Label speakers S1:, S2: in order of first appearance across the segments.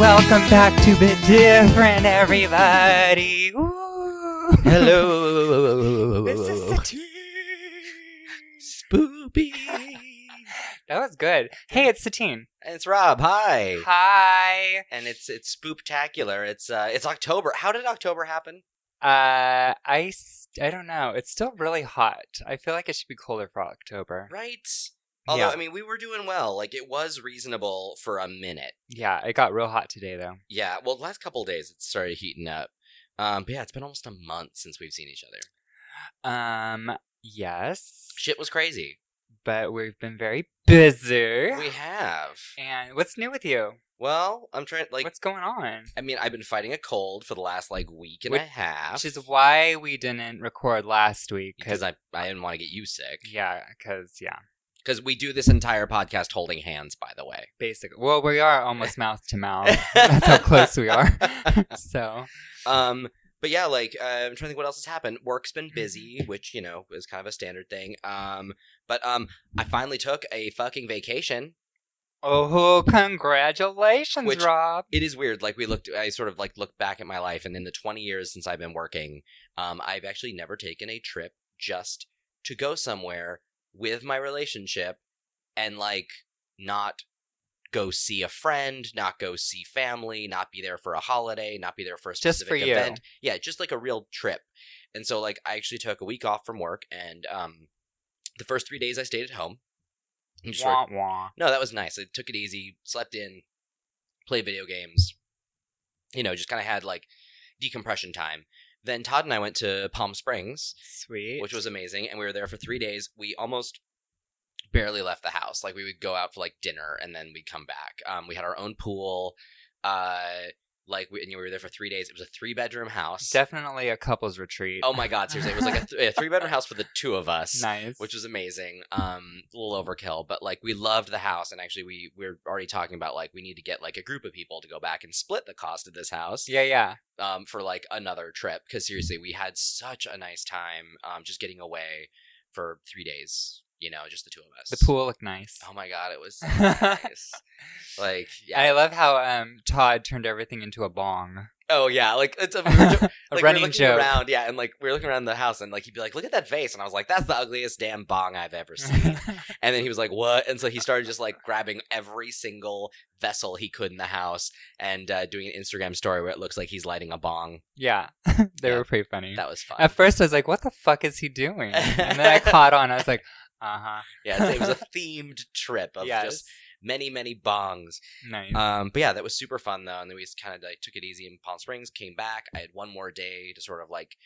S1: Welcome back to Bit Different, everybody. Woo.
S2: Hello.
S1: This is the tea.
S2: Spoopy.
S1: That was good. Hey, it's Satine.
S2: it's Rob. Hi.
S1: Hi.
S2: And it's it's spooptacular. It's uh it's October. How did October happen?
S1: Uh, I, s- I don't know. It's still really hot. I feel like it should be colder for October.
S2: Right. Although
S1: Yeah.
S2: I mean we were doing well. Like it was reasonable for a minute.
S1: Yeah, it got real hot today, though.
S2: Yeah. Well, the last couple of days it started heating up. Um, but yeah, it's been almost a month since we've seen each other.
S1: Um, yes.
S2: Shit was crazy.
S1: But we've been very busy.
S2: We have.
S1: and what's new with you?
S2: Well, I'm trying like
S1: what's going on?
S2: I mean, I've been fighting a cold for the last like week and
S1: Which-
S2: a half.
S1: Which is why we didn't record last week.
S2: because I I didn't want to get you sick.
S1: yeah, because yeah,
S2: Because we do this entire podcast holding hands, by the way.
S1: basically. Well, we are almost mouth to mouth. That's how close we are. so
S2: Um, but yeah, like uh, I'm trying to think what else has happened. Work's been busy, which you know is kind of a standard thing. Um, but um, I finally took a fucking vacation.
S1: oh, congratulations,
S2: Which-
S1: Rob.
S2: It is weird. Like we looked, I sort of like looked back at my life, and in the 20 years since I've been working, um, I've actually never taken a trip just to go somewhere with my relationship and like not go see a friend, not go see family, not be there for a holiday, not be there for a specific
S1: Just for you.
S2: event. Yeah, just like a real trip. And so like I actually took a week off from work and um the first 3 days I stayed at home. And just sort of-
S1: Wah, wah.
S2: no, that was nice. I took it easy, slept in, played video games. You know, just kind of had like decompression time. Then Todd and I went to Palm Springs,
S1: Sweet.
S2: which was amazing, and we were there for three days. We almost barely left the house. Like we would go out for like dinner, and then we'd come back. Um, we had our own pool. Uh, like we, and we were there for three days. It was a three bedroom house.
S1: definitely a couple's retreat.
S2: oh my god, seriously, it was like a, th- a three bedroom house for the two of us
S1: nice.
S2: which was amazing. Um, a little overkill, but like we loved the house, and actually we we're already talking about like we need to get like a group of people to go back and split the cost of this house.
S1: yeah, yeah.
S2: Um, for like another trip because seriously, we had such a nice time. Um, just getting away for three days. You know, just the two of us.
S1: The pool looked nice.
S2: Oh my god, it was so nice. like yeah.
S1: I love how um Todd turned everything into a bong.
S2: oh yeah, like it's a. we were
S1: a
S2: like, we were
S1: running
S2: looking
S1: joke.
S2: around, yeah, and like we were looking around the house, and like he'd be like, "Look at that vase," and I was like, "That's the ugliest damn bong I've ever seen." And then he was like, "What?" And so he started just like grabbing every single vessel he could in the house and uh, doing an Instagram story where it looks like he's lighting a bong.
S1: yeah. they
S2: Yeah.
S1: were pretty funny.
S2: That was fun.
S1: At first, I was like, "What the fuck is he doing?" And then I caught on. I was like, "Uh huh."
S2: yeah, it was a themed trip of
S1: Yes.
S2: just many, many bongs.
S1: nice.
S2: Um, but yeah, that was super fun though, and then we just kind of like took it easy in Palm Springs, came back. I had one more day to sort of like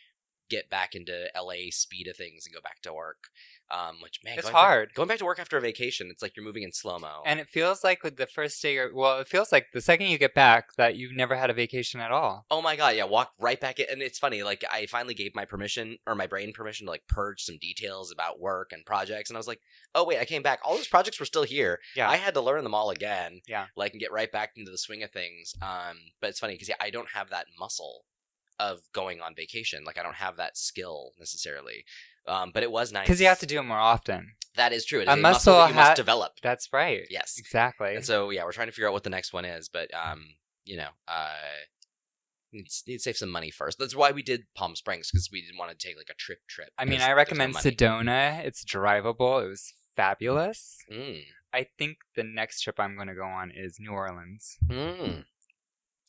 S2: get back into LA speed of things and go back to work. Um, which man,
S1: It's
S2: going back-
S1: hard.
S2: going back to work after a vacation, it's like you're moving in slow mo.
S1: and it feels like with the first day, or well, it feels like the second you get back that you've never had a vacation at all.
S2: Oh my god, yeah, walk right back in. And it's funny, like I finally gave my permission or my brain permission to like purge some details about work and projects, and I was like, oh wait, I came back. All those projects were still here.
S1: Yeah.
S2: I had to learn them all again.
S1: Yeah.
S2: like and get right back into the swing of things. Um, but it's funny because yeah, I don't have that muscle of going on vacation. Like I don't have that skill necessarily. Um, but it was nice
S1: Because you have to do it more often.
S2: That is true. It is
S1: A
S2: a, muscle,
S1: muscle
S2: that you
S1: ha-
S2: must develop.
S1: That's right.
S2: Yes.
S1: Exactly.
S2: And so yeah, we're trying to figure out what the next one is, but um, you know, uh, need need to save some money first. That's why we did Palm Springs because we didn't want to take like a trip trip.
S1: I mean,
S2: 'cause
S1: I
S2: there's
S1: recommend
S2: no money.
S1: Sedona. It's drivable. It was fabulous.
S2: Mm,
S1: I think the next trip I'm going to go on is New Orleans.
S2: mm.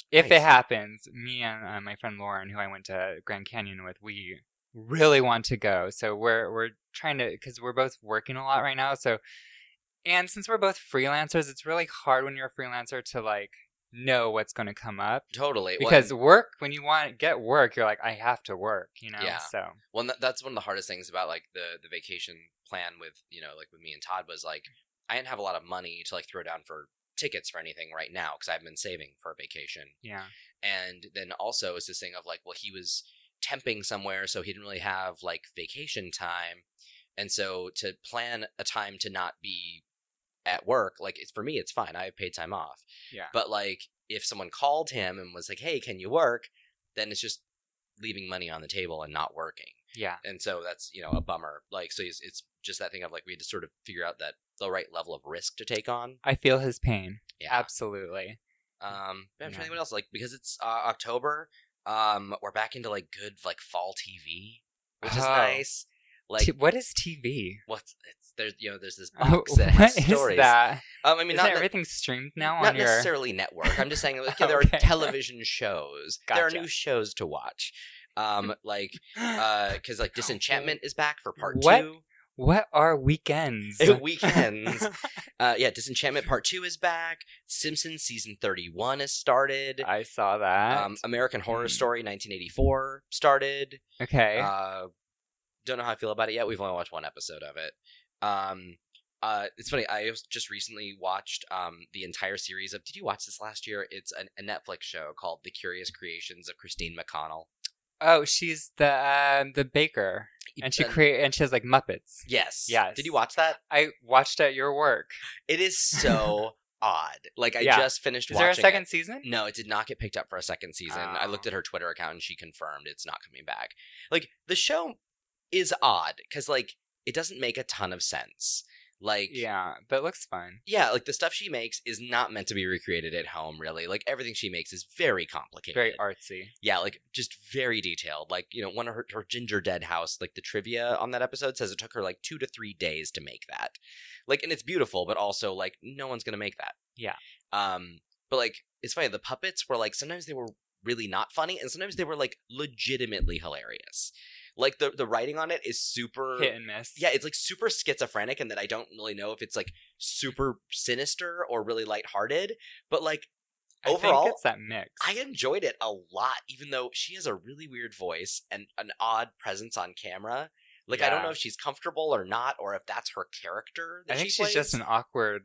S1: If it
S2: Nice.
S1: happens, me and uh, my friend Lauren, who I went to Grand Canyon with, we really want to go. So we're we're trying to because we're both working a lot right now. So and since we're both freelancers, it's really hard when you're a freelancer to like know what's going to come up
S2: Totally. Well,
S1: because
S2: and-
S1: work when you want get work, you're like I have to work, you know.
S2: Yeah.
S1: So
S2: well, and that- that's one of the hardest things about like the the vacation plan with you know like with me and Todd was like I didn't have a lot of money to like throw down for tickets for anything right now because I've been saving for a vacation.
S1: yeah,
S2: and then also it's this thing of like well he was temping somewhere so he didn't really have like vacation time and so to plan a time to not be at work like it's for me it's fine i have paid time off
S1: Yeah.
S2: but like if someone called him and was like hey can you work then it's just leaving money on the table and not working
S1: yeah,
S2: and so that's you know a bummer like so it's, it's just that thing of like we had to sort of figure out that the right level of risk to take on
S1: I feel his pain
S2: yeah
S1: absolutely.
S2: Um, but
S1: Yeah.
S2: I'm trying to think what else. Like because it's uh, October, um, we're back into like good like fall TV, which is
S1: Oh.
S2: nice. Like
S1: T- what is TV?
S2: what's it's there's you know there's this
S1: Oh,
S2: box that has
S1: what is
S2: stories.
S1: that?
S2: Um, I mean
S1: Is
S2: not
S1: that
S2: ne-
S1: everything streamed now
S2: not
S1: on your?
S2: necessarily network. I'm just saying like, there are
S1: Okay.
S2: television shows. There
S1: Gotcha.
S2: are new shows to watch. Um, like because like Disenchantment is back for part
S1: Oh, What?
S2: two.
S1: what are weekends?
S2: Weekends. Uh, yeah, Disenchantment Part Two is back. Simpsons season thirty-one has started.
S1: I saw that.
S2: Um, American Horror
S1: Hmm.
S2: Story nineteen eighty-four started.
S1: okay.
S2: Uh, don't know how I feel about it yet. We've only watched one episode of it. Um, uh, it's funny. I was- just recently watched um, the entire series of. Did you watch this last year? It's an, a Netflix show called The Curious Creations of Christine McConnell.
S1: oh, she's the um, the baker, and she
S2: Uh,
S1: create and she has like Muppets.
S2: yes,
S1: Yes.
S2: Did you watch that?
S1: I watched at your work.
S2: It is so odd. Like I
S1: Yeah.
S2: just finished.
S1: Is there a
S2: watching it. Mm-hmm.
S1: second season?
S2: No, it did not get picked up for a second season. I looked
S1: Oh.
S2: at her Twitter account and she confirmed it's not coming back. Like the show is odd cuz like it doesn't make a ton of sense. Like
S1: Yeah, but it looks fun.
S2: yeah, like the stuff she makes is not meant to be recreated at home really. Like everything she makes is very complicated.
S1: Very artsy.
S2: Yeah, like just very detailed. Like, you know, one of her, her Ginger Dead house, like the trivia on that episode says it took her like 2 to 3 days to make that. Like and it's beautiful, but also like no one's going to make that.
S1: Yeah.
S2: Um but like it's funny the puppets were like sometimes they were really not funny and sometimes they were like legitimately hilarious. Like the the writing on it is super
S1: Hit and miss.
S2: yeah, it's like super schizophrenic and that I don't really know if it's like super sinister or really lighthearted, but like
S1: I
S2: overall,
S1: think it's that mix.
S2: I enjoyed it a lot, even though she has a really weird voice and an odd presence on camera. Like I don't
S1: Yeah.
S2: know if she's comfortable or not, or if that's her character. That
S1: I think
S2: she
S1: she's just
S2: plays.
S1: an awkward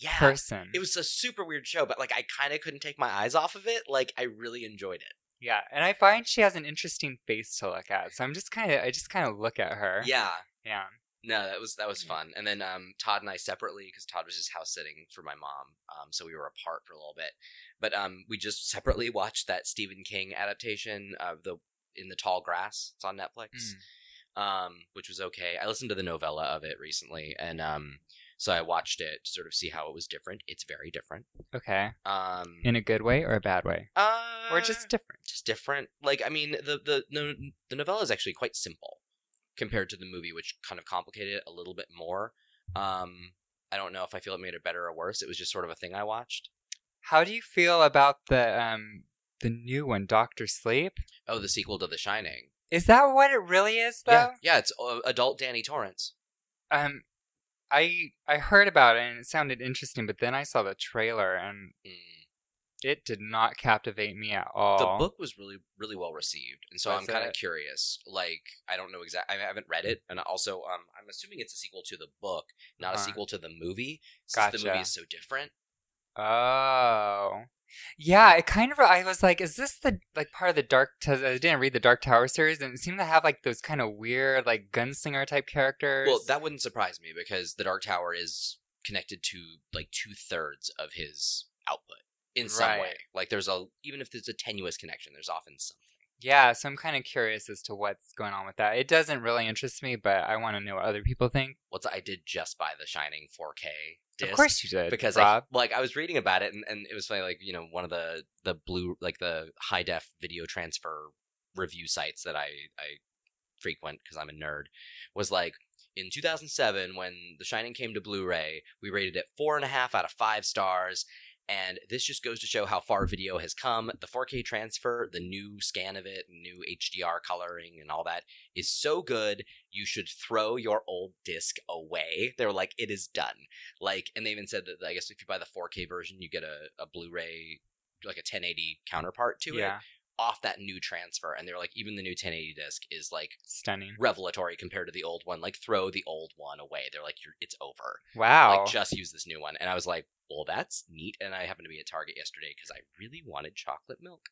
S2: yeah.
S1: person.
S2: It was a super weird show, but like I kind of couldn't take my eyes off of it. Like I really enjoyed it.
S1: yeah, and I find she has an interesting face to look at. So I'm just kind of, I just kind of look at her.
S2: Yeah,
S1: yeah.
S2: no, that was that was
S1: Mm.
S2: fun. And then um, Todd and I separately because Todd was just house sitting for my mom, um, so we were apart for a little bit. But um, we just separately watched that Stephen King adaptation of the in the tall grass. It's on Netflix.
S1: Mm.
S2: um, which was okay. I listened to the novella of it recently, and um, so I watched it to sort of see how it was different. It's very different.
S1: Okay.
S2: Um,
S1: In a good way or a bad way,
S2: uh,
S1: or just different.
S2: just different. Like I mean, the the no, the novella is actually quite simple compared to the movie, which kind of complicated it a little bit more. Um, I don't know if I feel it made it better or worse. It was just sort of a thing I watched.
S1: How do you feel about the um the new one, Doctor Sleep?
S2: Oh, the sequel to The Shining.
S1: Is that what it really is,
S2: yeah,
S1: though?
S2: yeah, it's uh, adult Danny Torrance.
S1: Um, I I heard about it and it sounded interesting, but then I saw the trailer and
S2: Mm.
S1: it did not captivate me at all.
S2: the book was really really well received and so
S1: Was
S2: i'm kind of
S1: it?
S2: curious like i don't know exactly i haven't
S1: Mm.
S2: read it and also um, i'm assuming it's a sequel to the book not a
S1: Uh-huh.
S2: sequel to the movie since the movie
S1: Gotcha.
S2: is so different
S1: Oh. Yeah, it kind of I was like, is this the like part of the Dark I I didn't read the Dark Tower series and it seemed to have like those kind of weird like gunslinger type characters.
S2: well that wouldn't surprise me because the dark tower is connected to like two-thirds of his output in some way
S1: Right.
S2: like there's a even if there's a tenuous connection there's often something
S1: Yeah, so I'm kind of curious as to what's going on with that. It doesn't really interest me, but I want to know what other people think.
S2: what's i did just buy the shining 4k disc.
S1: Of course you did.
S2: because
S1: Rob.
S2: I, like I was reading about it and, and it was funny like you know one of the the blue like the high def video transfer review sites that I I frequent because I'm a nerd was like in 2007 when The Shining came to Blu-ray we rated it four and a half out of five stars and this just goes to show how far video has come the 4K transfer the new scan of it new HDR coloring and all that is so good you should throw your old disc away they were like it is done like and they even said that i guess if you buy the 4k version you get a, a blu-ray like a 1080 counterpart to
S1: yeah,
S2: it off that new transfer and they're like even the new 1080 disc is like
S1: stunning.
S2: revelatory compared to the old one like throw the old one away they're like You're, it's over
S1: Wow.
S2: like just use this new one and i was like well that's neat and i happened to be at target yesterday because i really wanted chocolate milk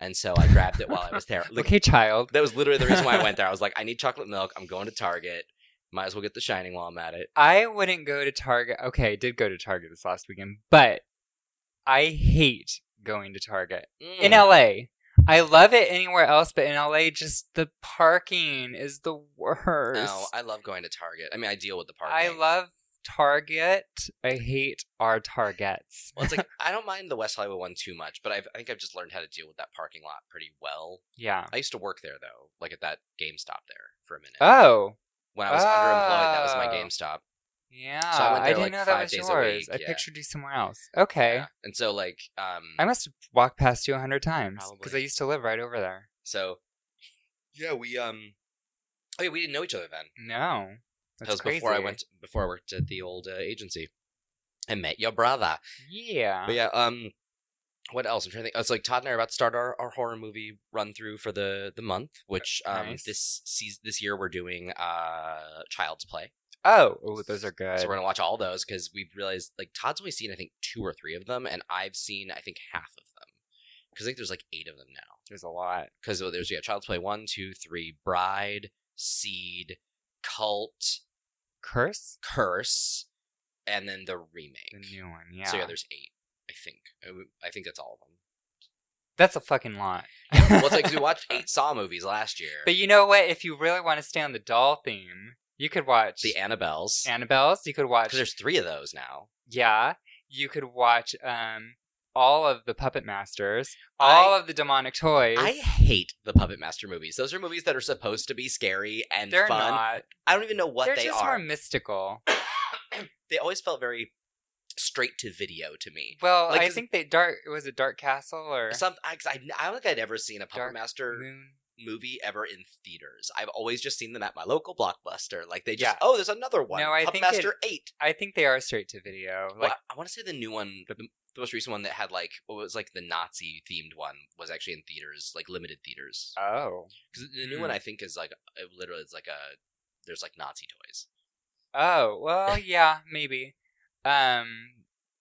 S2: and so i grabbed it while i was there Look,
S1: okay, child.
S2: that was literally the reason why i went there i was like i need chocolate milk i'm going to target might as well get the shining while i'm at it
S1: I wouldn't go to Target. Okay, I did go to Target this last weekend, but I hate going to Target. in
S2: Mm.
S1: LA. I love it anywhere else, but in LA, just the parking is the worst.
S2: No, I love going to Target. I mean, I deal with the parking.
S1: I love Target. I hate our targets.
S2: Well, it's like I don't mind the West Hollywood one too much, but I've, I think I've just learned how to deal with that parking lot pretty well.
S1: Yeah.
S2: I used to work there though, like at that GameStop there for a minute.
S1: Oh.
S2: when I was underemployed, that was my
S1: Oh.
S2: GameStop.
S1: Yeah.
S2: So I went there,
S1: didn't
S2: like,
S1: know
S2: five
S1: that was
S2: days
S1: yours.
S2: a week,
S1: I
S2: yeah.
S1: pictured you somewhere else. Okay.
S2: Yeah. And so like um
S1: I must have walked past you a hundred times because I
S2: Probably.
S1: used to live right over there.
S2: so yeah, we um Oh yeah, we didn't know each other then.
S1: No.
S2: That
S1: That's
S2: was
S1: crazy.
S2: before I went before I worked at the old uh, agency. I met your brother.
S1: Yeah.
S2: But yeah, um, what else? I'm trying to think. It's like Todd and I are about to start our, our horror movie run through for the the month, which um
S1: Nice.
S2: this season this year we're doing uh Child's Play.
S1: Oh, ooh, those are good.
S2: So we're gonna watch all those because we've realized like Todd's only seen I think two or three of them, and I've seen I think half of them because I think there's like eight of them now.
S1: There's a lot.
S2: Because there's yeah, Child's Play one, two, three, Bride, Seed, Cult,
S1: Curse?
S2: Curse, and then the remake.
S1: The new one, yeah.
S2: So yeah, there's eight. I think I would- I think that's all of them.
S1: That's a fucking lot.
S2: well, it's like 'cause we watched eight Saw movies last year.
S1: But you know what? If you really want to stay on the doll theme, you could watch
S2: the Annabelles,
S1: Annabelle's. You could watch
S2: because there's three of those now.
S1: yeah. You could watch um all of the Puppet Masters, all of the demonic toys.
S2: I hate the Puppet Master movies. Those are movies that are supposed to be scary and
S1: they're
S2: fun.
S1: not.
S2: I don't even know what
S1: they're
S2: they
S1: just more
S2: are.
S1: mystical.
S2: They always felt very straight to video to me.
S1: Well,
S2: Like,
S1: I
S2: 'cause-
S1: think they dark was it Dark Castle or
S2: Some, I, 'cause I, I don't think I'd ever seen a Puppet
S1: Dark
S2: Master
S1: Moon?
S2: movie ever in theaters. I've always just seen them at my local blockbuster. Like they just,
S1: Yeah.
S2: oh, there's another one.
S1: No, I
S2: Puppet
S1: think it-
S2: Master Eight.
S1: I think they are straight to video. Like
S2: Well, I want to say the new one, the, the most recent one that had like what was like the Nazi themed one was actually in theaters, like limited theaters.
S1: oh
S2: Because the new one I think is like it literally it's like a there's like Nazi toys.
S1: oh well yeah maybe um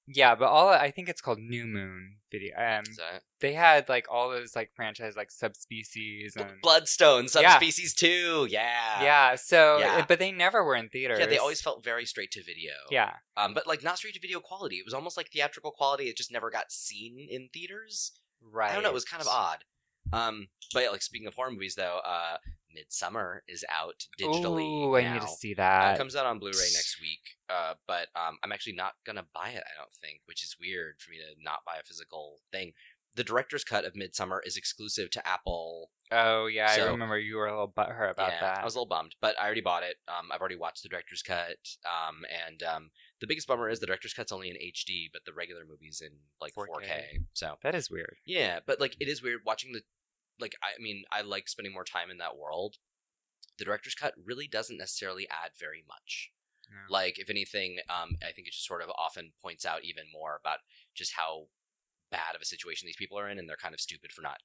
S1: yeah but all I think it's called New Moon video. Um,
S2: Is that-
S1: they had like all those like franchise like subspecies and
S2: Bloodstone
S1: Yeah.
S2: subspecies too. Yeah.
S1: yeah. So
S2: Yeah.
S1: but they never were in theaters.
S2: Yeah, they always felt very straight to video.
S1: yeah.
S2: Um, but like not straight to video quality. It was almost like theatrical quality. It just never got seen in theaters.
S1: Right.
S2: I don't know. It was kind of odd. Um, but yeah, like speaking of horror movies though, uh, Midsummer is out digitally.
S1: Ooh, I need
S2: now.
S1: to see
S2: Uh, it
S1: that.
S2: comes out on Blu-ray next week, uh, but um, I'm actually not gonna buy it. I don't think, which is weird for me to not buy a physical thing. The director's cut of Midsummer is exclusive to Apple.
S1: oh yeah,
S2: So-
S1: I remember you were a little butthurt about
S2: Yeah,
S1: that.
S2: I was a little bummed, but I already bought it. Um, I've already watched the director's cut. Um, and um, the biggest bummer is the director's cut's only in HD, but the regular movie's in like 4K.
S1: 4K.
S2: So
S1: that is weird.
S2: yeah, but like it is weird watching the like I mean, I like spending more time in that world. The director's cut really doesn't necessarily add very much.
S1: Yeah.
S2: Like if anything, um I think it just sort of often points out even more about just how bad of a situation these people are in and they're kind of stupid for not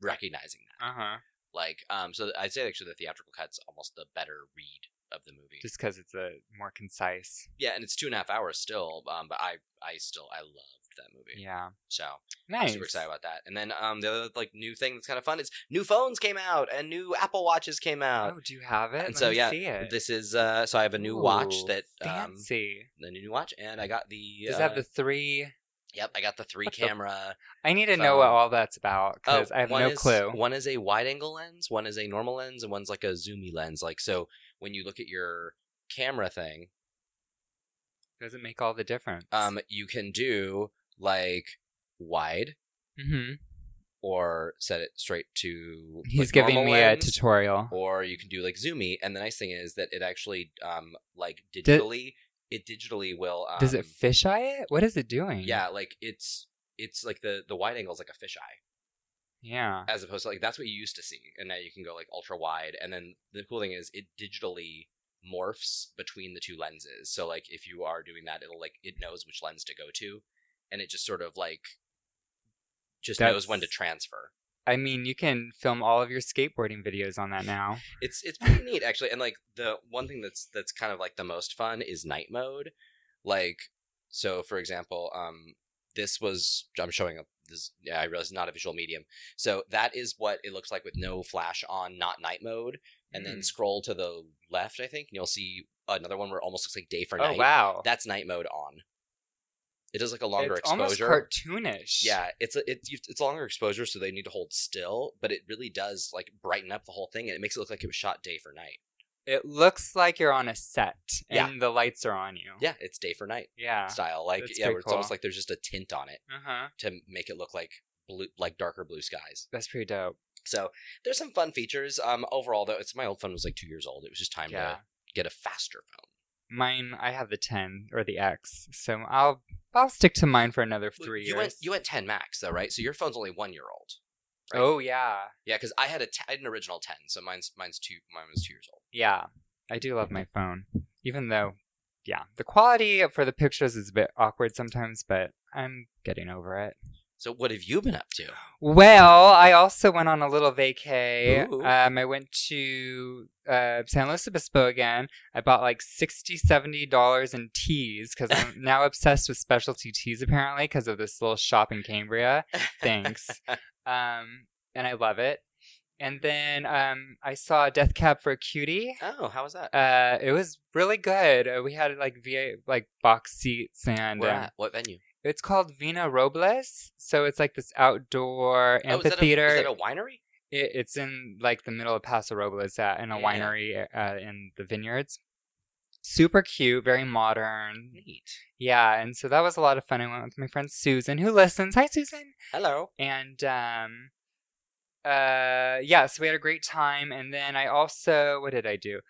S2: recognizing that.
S1: Uh huh.
S2: Like um so I'd say actually the theatrical cut's almost the better read of the movie.
S1: Just because it's a more concise.
S2: yeah, and it's two and a half hours still, um but I I still I loved that movie.
S1: Yeah.
S2: So
S1: Nice.
S2: I'm super excited about that. And then um, the other like new thing that's kind of fun is new phones came out and new Apple Watches came out.
S1: Oh, do you have it?
S2: and
S1: Let
S2: so,
S1: me
S2: yeah,
S1: see it.
S2: This is uh, so I have a new watch
S1: Ooh,
S2: that um,
S1: fancy.
S2: the new watch, and I got the
S1: Does it
S2: uh,
S1: have the three?
S2: yep, I got the three
S1: What the-
S2: camera.
S1: I need to know what
S2: phone?
S1: all that's about because I have
S2: Oh, one
S1: no
S2: is-
S1: clue.
S2: One is a wide angle lens, one is a normal lens, and one's like a zoomy lens. Like so, when you look at your camera thing,
S1: Does it make all the difference?
S2: um, you can do like wide
S1: hmm
S2: or set it straight to.
S1: He's
S2: like,
S1: giving
S2: normal
S1: me
S2: lens.
S1: a tutorial.
S2: or you can do like zoomy and the nice thing is that it actually um like
S1: Does-
S2: digitally it digitally will um,
S1: Does it fisheye it? What is it doing?
S2: yeah like it's it's like the the wide angle is like a fisheye
S1: Yeah.
S2: as opposed to like that's what you used to see and now you can go like ultra wide and then the cool thing is it digitally morphs between the two lenses so like if you are doing that it'll like it knows which lens to go to and it just sort of like just knows
S1: That's-
S2: when to transfer
S1: I mean, you can film all of your skateboarding videos on that now.
S2: It's it's pretty neat actually, and like the one thing that's that's kind of like the most fun is night mode. Like, so for example, um, this was I'm showing up. This yeah, I realize it's not a visual medium. So that is what it looks like with no flash on, not night mode. And then
S1: Hmm.
S2: scroll to the left, I think, and you'll see another one where it almost looks like day for
S1: Oh
S2: night.
S1: wow.
S2: That's night mode on. It does like a longer
S1: it's almost
S2: exposure.
S1: cartoonish.
S2: Yeah, it's a, it, you- it's longer exposure, so they need to hold still, but it really does like brighten up the whole thing, and it makes it look like it was shot day for night.
S1: It looks like you're on a set
S2: Yeah.
S1: and the lights are on you.
S2: Yeah, it's day for night
S1: Yeah.
S2: style. Like
S1: Oh. Ah, That's
S2: yeah,
S1: pretty
S2: where it's almost
S1: cool.
S2: like there's just a tint on it
S1: Uh huh.
S2: to make it look like blue, like darker blue skies.
S1: That's pretty dope.
S2: So there's some fun features. Um, overall though, it's my old phone was like two years old. It was just time
S1: yeah.
S2: to get a faster phone.
S1: Mine, I have the 10 or the X. So I'll I'll stick to mine for another
S2: Well,
S1: three
S2: you
S1: years.
S2: went you went 10 max though, right? So your phone's only one year old. right?
S1: Oh, yeah.
S2: Yeah, because I had a t- I had an original 10, so mine's mine's two mine was two years old.
S1: Yeah. I do love my phone. Even though, yeah, the quality for the pictures is a bit awkward sometimes, but I'm getting over it.
S2: So what have you been up to?
S1: Well, I also went on a little vacay.
S2: Ooh.
S1: Um, I went to uh, San Luis Obispo again. I bought like 60 $70 in teas because I'm now obsessed with specialty teas apparently because of this little shop in Cambria. Thanks. um, and I love it. And then um, I saw Death Cab for a Cutie.
S2: Oh, how was that?
S1: Uh, it was really good. Uh, we had like VA, like box seats and
S2: Where
S1: um,
S2: at? What venue?
S1: it's called Vina Robles. So it's like this outdoor
S2: Oh, is that a-
S1: amphitheater.
S2: Is that a, winery?
S1: It, it's in like the middle of Paso Robles uh, in a
S2: Yeah.
S1: winery uh, in the vineyards. Super cute, very modern.
S2: Neat.
S1: Yeah, and so that was a lot of fun. I went with my friend Susan, who listens. Hi, Susan.
S2: Hello.
S1: And um, uh, yeah, so we had a great time. And then I also, what did I do?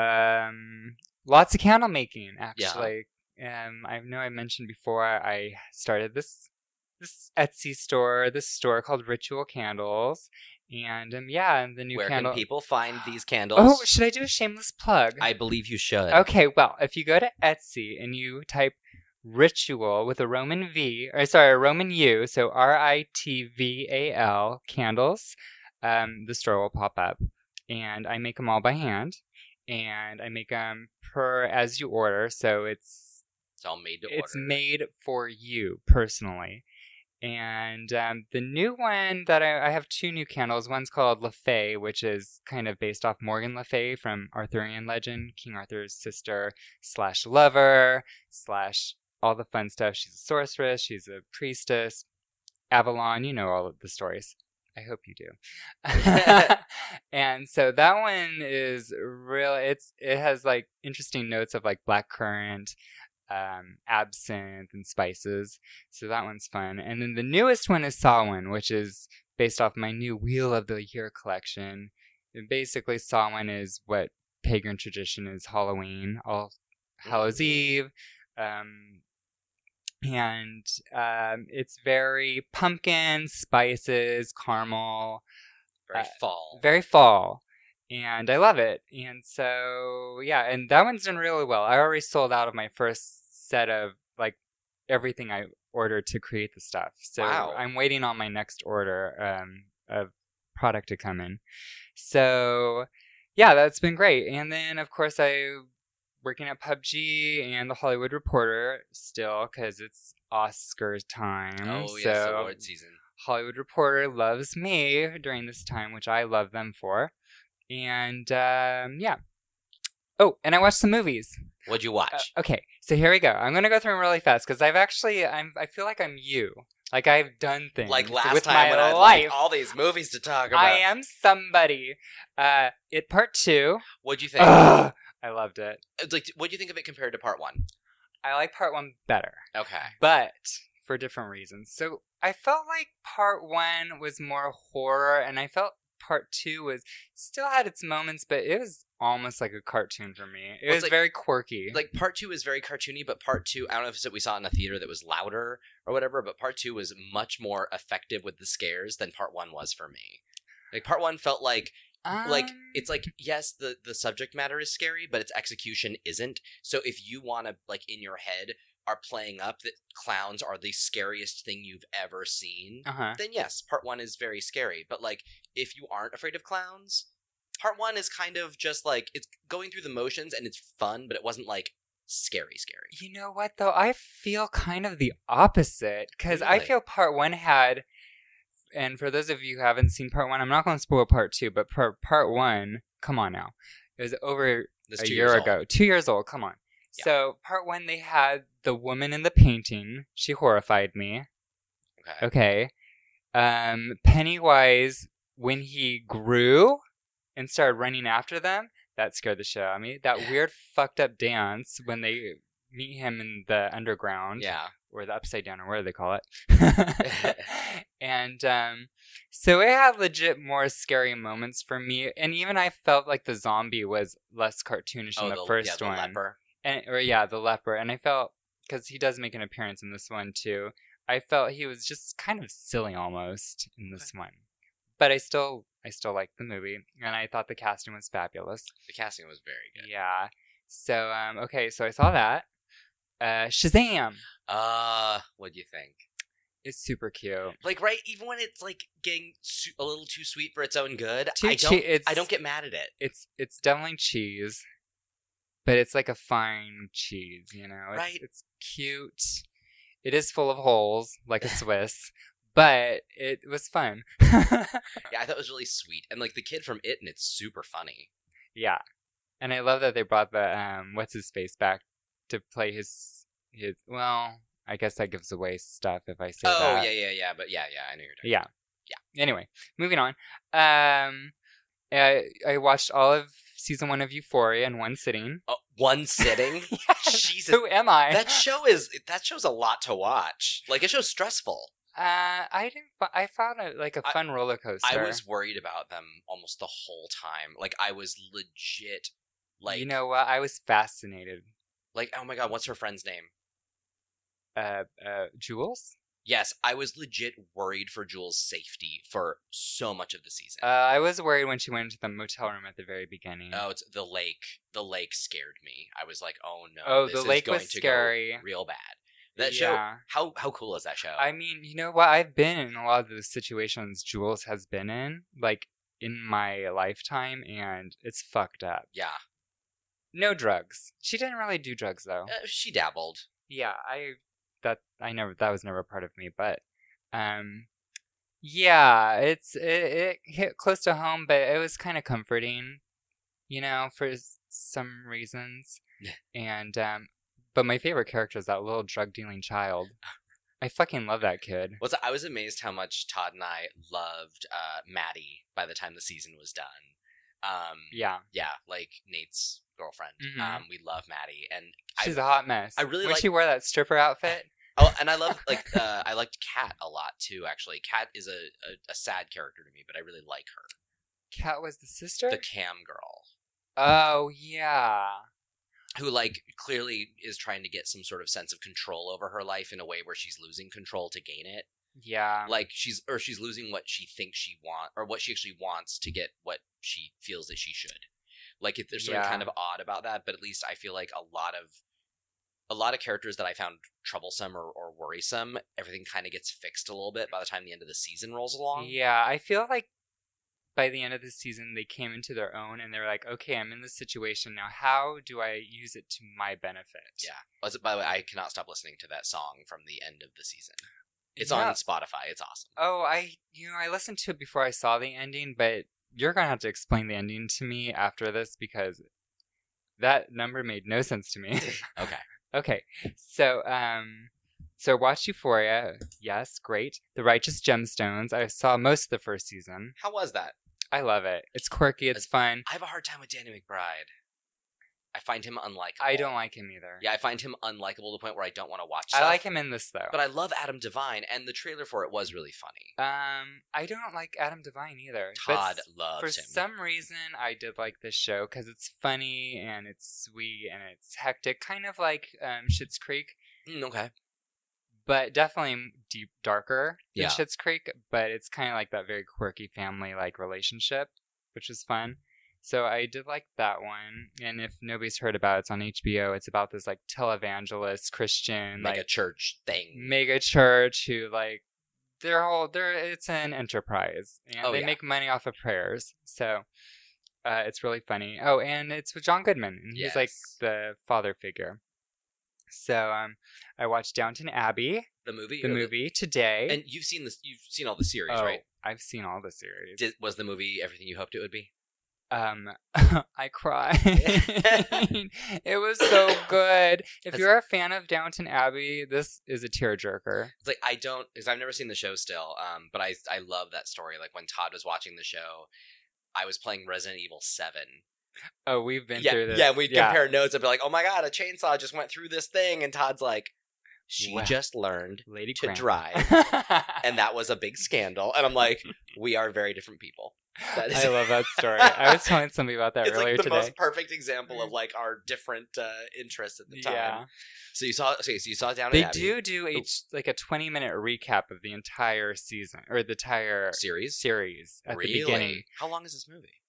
S1: Um, lots of candle making, actually. Um, I know I mentioned before I started this this Etsy store, this store called Ritual Candles, and um, yeah, and the new
S2: Where
S1: candle.
S2: can people find these candles?
S1: oh, should I do a shameless plug?
S2: I believe you should.
S1: Okay, well, if you go to Etsy and you type ritual with a Roman V, or sorry, a Roman U, so R I T V A L candles, um, the store will pop up. And I make them all by hand. And I make them per as you order. So it's
S2: It's all made to
S1: it's
S2: order.
S1: made for you personally. And um, the new one that I, I have two new candles. One's called Le Fay, which is kind of based off Morgan Le Fay from Arthurian legend, King Arthur's sister slash lover slash all the fun stuff. She's a sorceress. She's a priestess. Avalon, you know all of the stories. I hope you do. and so that one is real. It's it has like interesting notes of like black currant um, absinthe and spices. So that one's fun. And then the newest one is Sawin, which is based off my new Wheel of the Year collection. And basically, Samhain is what pagan tradition is Halloween, All Hallows Eve. Um, and um, it's very pumpkin, spices, caramel,
S2: Very
S1: uh,
S2: fall.
S1: very fall and i love it and so yeah and that one's done really well i already sold out of my first set of like everything i ordered to create the stuff so
S2: Wow.
S1: i'm waiting on my next order um, of product to come in so yeah that's been great and then of course i working at pubg and the hollywood reporter still because it's oscar time
S2: oh,
S1: so
S2: yes, award season.
S1: Hollywood Reporter loves me during this time, which I love them for. And um, yeah. Oh, and I watched some movies.
S2: What'd you
S1: Uh,
S2: watch?
S1: okay, so here we go. I'm gonna go through them really fast because I've actually I'm I feel like I'm you. Like I've done things
S2: like last
S1: with
S2: time
S1: my
S2: when I had like,
S1: life.
S2: all these movies to talk about.
S1: I am somebody. Uh, it part two.
S2: What'd you think?
S1: Ugh, I loved it.
S2: It's like, what'd you think of it compared to part one?
S1: I like part one better.
S2: Okay.
S1: but for different reasons. So I felt like part one was more horror, and I felt part two was still had its moments, but it was almost like a cartoon for me. It
S2: Well, it's
S1: was
S2: like-
S1: very quirky.
S2: Like part two is very cartoony, but part two, I don't know if it's that we saw it in a theater that was louder or whatever, but part two was much more effective with the scares than part one was for me. Like part one felt like like
S1: Um,
S2: it's like yes the the subject matter is scary but its execution isn't so if you want to like in your head are playing up that clowns are the scariest thing you've ever seen
S1: uh-huh.
S2: then yes part one is very scary but like if you aren't afraid of clowns part one is kind of just like it's going through the motions and it's fun but it wasn't like scary scary
S1: You know what though? I feel kind of the opposite because I
S2: Really?
S1: feel part one had, and for those of you who haven't seen part one, I'm not going to spoil part two, but part part one, come on now, it was over
S2: this
S1: a
S2: two
S1: year
S2: years
S1: ago.
S2: old.
S1: Two years old. Come on.
S2: Yeah.
S1: So part one, they had the woman in the painting. She horrified me. Okay.
S2: okay.
S1: Um, Pennywise, when he grew and started running after them, That scared the shit out of me. That weird fucked up dance when they meet him in the underground
S2: Yeah.
S1: or the upside down or whatever they call it. and um, so it had legit more scary moments for me. And even I felt like the zombie was less cartoonish than Oh, the, first
S2: Oh, yeah,
S1: one.
S2: leper.
S1: And, or yeah, the leper. And I felt, because he does make an appearance in this one too, I felt he was just kind of silly almost in this one. But I still. I still liked the movie, and I thought the casting was fabulous.
S2: The casting was very good.
S1: Yeah. So, um, okay, so I saw that. Uh, Shazam!
S2: Uh, what do you think?
S1: It's super cute.
S2: Like, right? Even when it's like getting su- a little too sweet for its own good,
S1: Too
S2: I don't.
S1: chee- it's-
S2: I don't get mad at it.
S1: It's it's definitely cheese, but it's like a fine cheese, you know. It's,
S2: Right.
S1: It's cute. It is full of holes, like a Swiss, but it was fun.
S2: Yeah, I thought it was really sweet, and like the kid from It, and it's super funny.
S1: yeah, and I love that they brought the um, what's his face back to play his his. Well, I guess that gives away stuff if I say
S2: oh
S1: that.
S2: yeah, yeah, yeah. But yeah, yeah, I know you're talking.
S1: Yeah. Yeah. Anyway, moving on. Um, I, I watched all of season one of Euphoria in one sitting.
S2: Oh, one sitting. Jesus,
S1: Who am I?
S2: that show is that show's a lot to watch. Like, it show's stressful.
S1: uh, I didn't. fi- I found it like a
S2: I-
S1: fun roller coaster.
S2: I was worried about them almost the whole time. Like, I was legit. Like,
S1: you know what? I was fascinated.
S2: like oh my god, what's her friend's name?
S1: Uh, uh, Jules.
S2: Yes, I was legit worried for Jules' safety for so much of the season.
S1: Uh, I was worried when she went into the motel room at the very beginning.
S2: oh, it's the lake. The lake scared me. I was like, oh no.
S1: Oh,
S2: this
S1: the
S2: is
S1: lake
S2: going
S1: was
S2: to go
S1: scary.
S2: real bad. That show.
S1: yeah.
S2: How how cool is that show?
S1: I mean, you know what? I've been in a lot of the situations Jules has been in, like in my lifetime, and it's fucked up.
S2: yeah,
S1: No drugs. She didn't really do drugs though.
S2: uh, she dabbled.
S1: Yeah, I that I never that was never a part of me, but um yeah, it's it, it hit close to home, but it was kind of comforting, you know, for s- some reasons.
S2: Yeah.
S1: And um but my favorite character is that little drug dealing child. I fucking love that kid.
S2: Was I was amazed how much Todd and I loved uh, Maddie by the time the season was done. Um, yeah.
S1: Yeah.
S2: like Nate's girlfriend.
S1: Mhm.
S2: Um, we love Maddie, and
S1: She's
S2: I,
S1: a hot mess.
S2: I really
S1: when
S2: like-
S1: she wore that stripper outfit.
S2: Oh, and I love like uh, I liked Kat a lot too. Actually, Kat is a, a a sad character to me, but I really like her.
S1: Cat was the sister.
S2: The cam girl
S1: oh yeah.
S2: who like clearly is trying to get some sort of sense of control over her life in a way where she's losing control to gain it.
S1: Yeah.
S2: Like she's or she's losing what she thinks she want or what she actually wants to get what she feels that she should. Like it, there's something
S1: Yeah.
S2: kind of odd about that, but at least I feel like a lot of a lot of characters that I found troublesome or, or worrisome, everything kind of gets fixed a little bit by the time the end of the season rolls along.
S1: Yeah, I feel like by the end of the season, they came into their own and they were like, okay, I'm in this situation. Now, how do I use it to my benefit?
S2: Yeah. Was it, by the way, I cannot stop listening to that song from the end of the season. It's on
S1: Yeah.
S2: Spotify. It's awesome.
S1: Oh, I, you know, I listened to it before I saw the ending, but you're going to have to explain the ending to me after this because that number made no sense to me.
S2: Okay.
S1: okay. So, um, so watch Euphoria. Yes, great. The Righteous Gemstones. I saw most of the first season.
S2: How was that?
S1: I love it. It's quirky. It's fun.
S2: I have a hard time with Danny McBride. I find him unlikable.
S1: I don't like him either.
S2: Yeah, I find him unlikable to the point where I don't want to watch.
S1: I
S2: stuff.
S1: like him in this though.
S2: but I love Adam Devine, and the trailer for it was really funny.
S1: Um, I don't like Adam Devine either. but
S2: Todd
S1: s-
S2: loves
S1: for
S2: him.
S1: some reason, I did like this show because it's funny and it's sweet and it's hectic, kind of like um, Schitt's Creek,
S2: Mm, okay.
S1: but definitely m- deep darker than
S2: Yeah.
S1: Schitt's Creek. But it's kind of like that very quirky family like relationship, which is fun. So I did like that one. And if nobody's heard about it, it's on HBO. It's about this like televangelist Christian
S2: Like,
S1: like
S2: a church thing.
S1: mega church who like their whole they're it's an enterprise and
S2: Oh,
S1: they
S2: yeah.
S1: make money off of prayers so uh, it's really funny oh and it's with john goodman and he's like
S2: Yes.
S1: the father figure so um i watched downton abbey
S2: The movie.
S1: the
S2: or
S1: movie today
S2: And you've seen this. You've seen all the series,
S1: oh,
S2: right?
S1: i've seen all the series
S2: Did, was the movie everything you hoped it would be?
S1: um i cried it was so good if
S2: That's-
S1: you're a fan of downton abbey this is a tearjerker
S2: It's like I don't because I've never seen the show still. Um, but I I love that story. Like when Todd was watching the show, I was playing Resident Evil Seven,
S1: Oh, we've been
S2: yeah,
S1: through this.
S2: yeah, we compare notes and be like, "Oh my god, a chainsaw just went through this thing," and Todd's like, "She
S1: Wow.
S2: just learned
S1: Lady
S2: to
S1: Cramp.
S2: drive," and that was a big scandal. And I'm like, "We are very different people." That is
S1: I love that story. I was telling somebody about that
S2: it's
S1: earlier
S2: like the
S1: today.
S2: most perfect example of like our different uh, interests at the time.
S1: yeah,
S2: So you saw, okay, so you saw down.
S1: they
S2: and Abbey
S1: do do a like a twenty minute recap of the entire season or the entire
S2: series.
S1: series at
S2: really?
S1: the beginning.
S2: How long is this movie?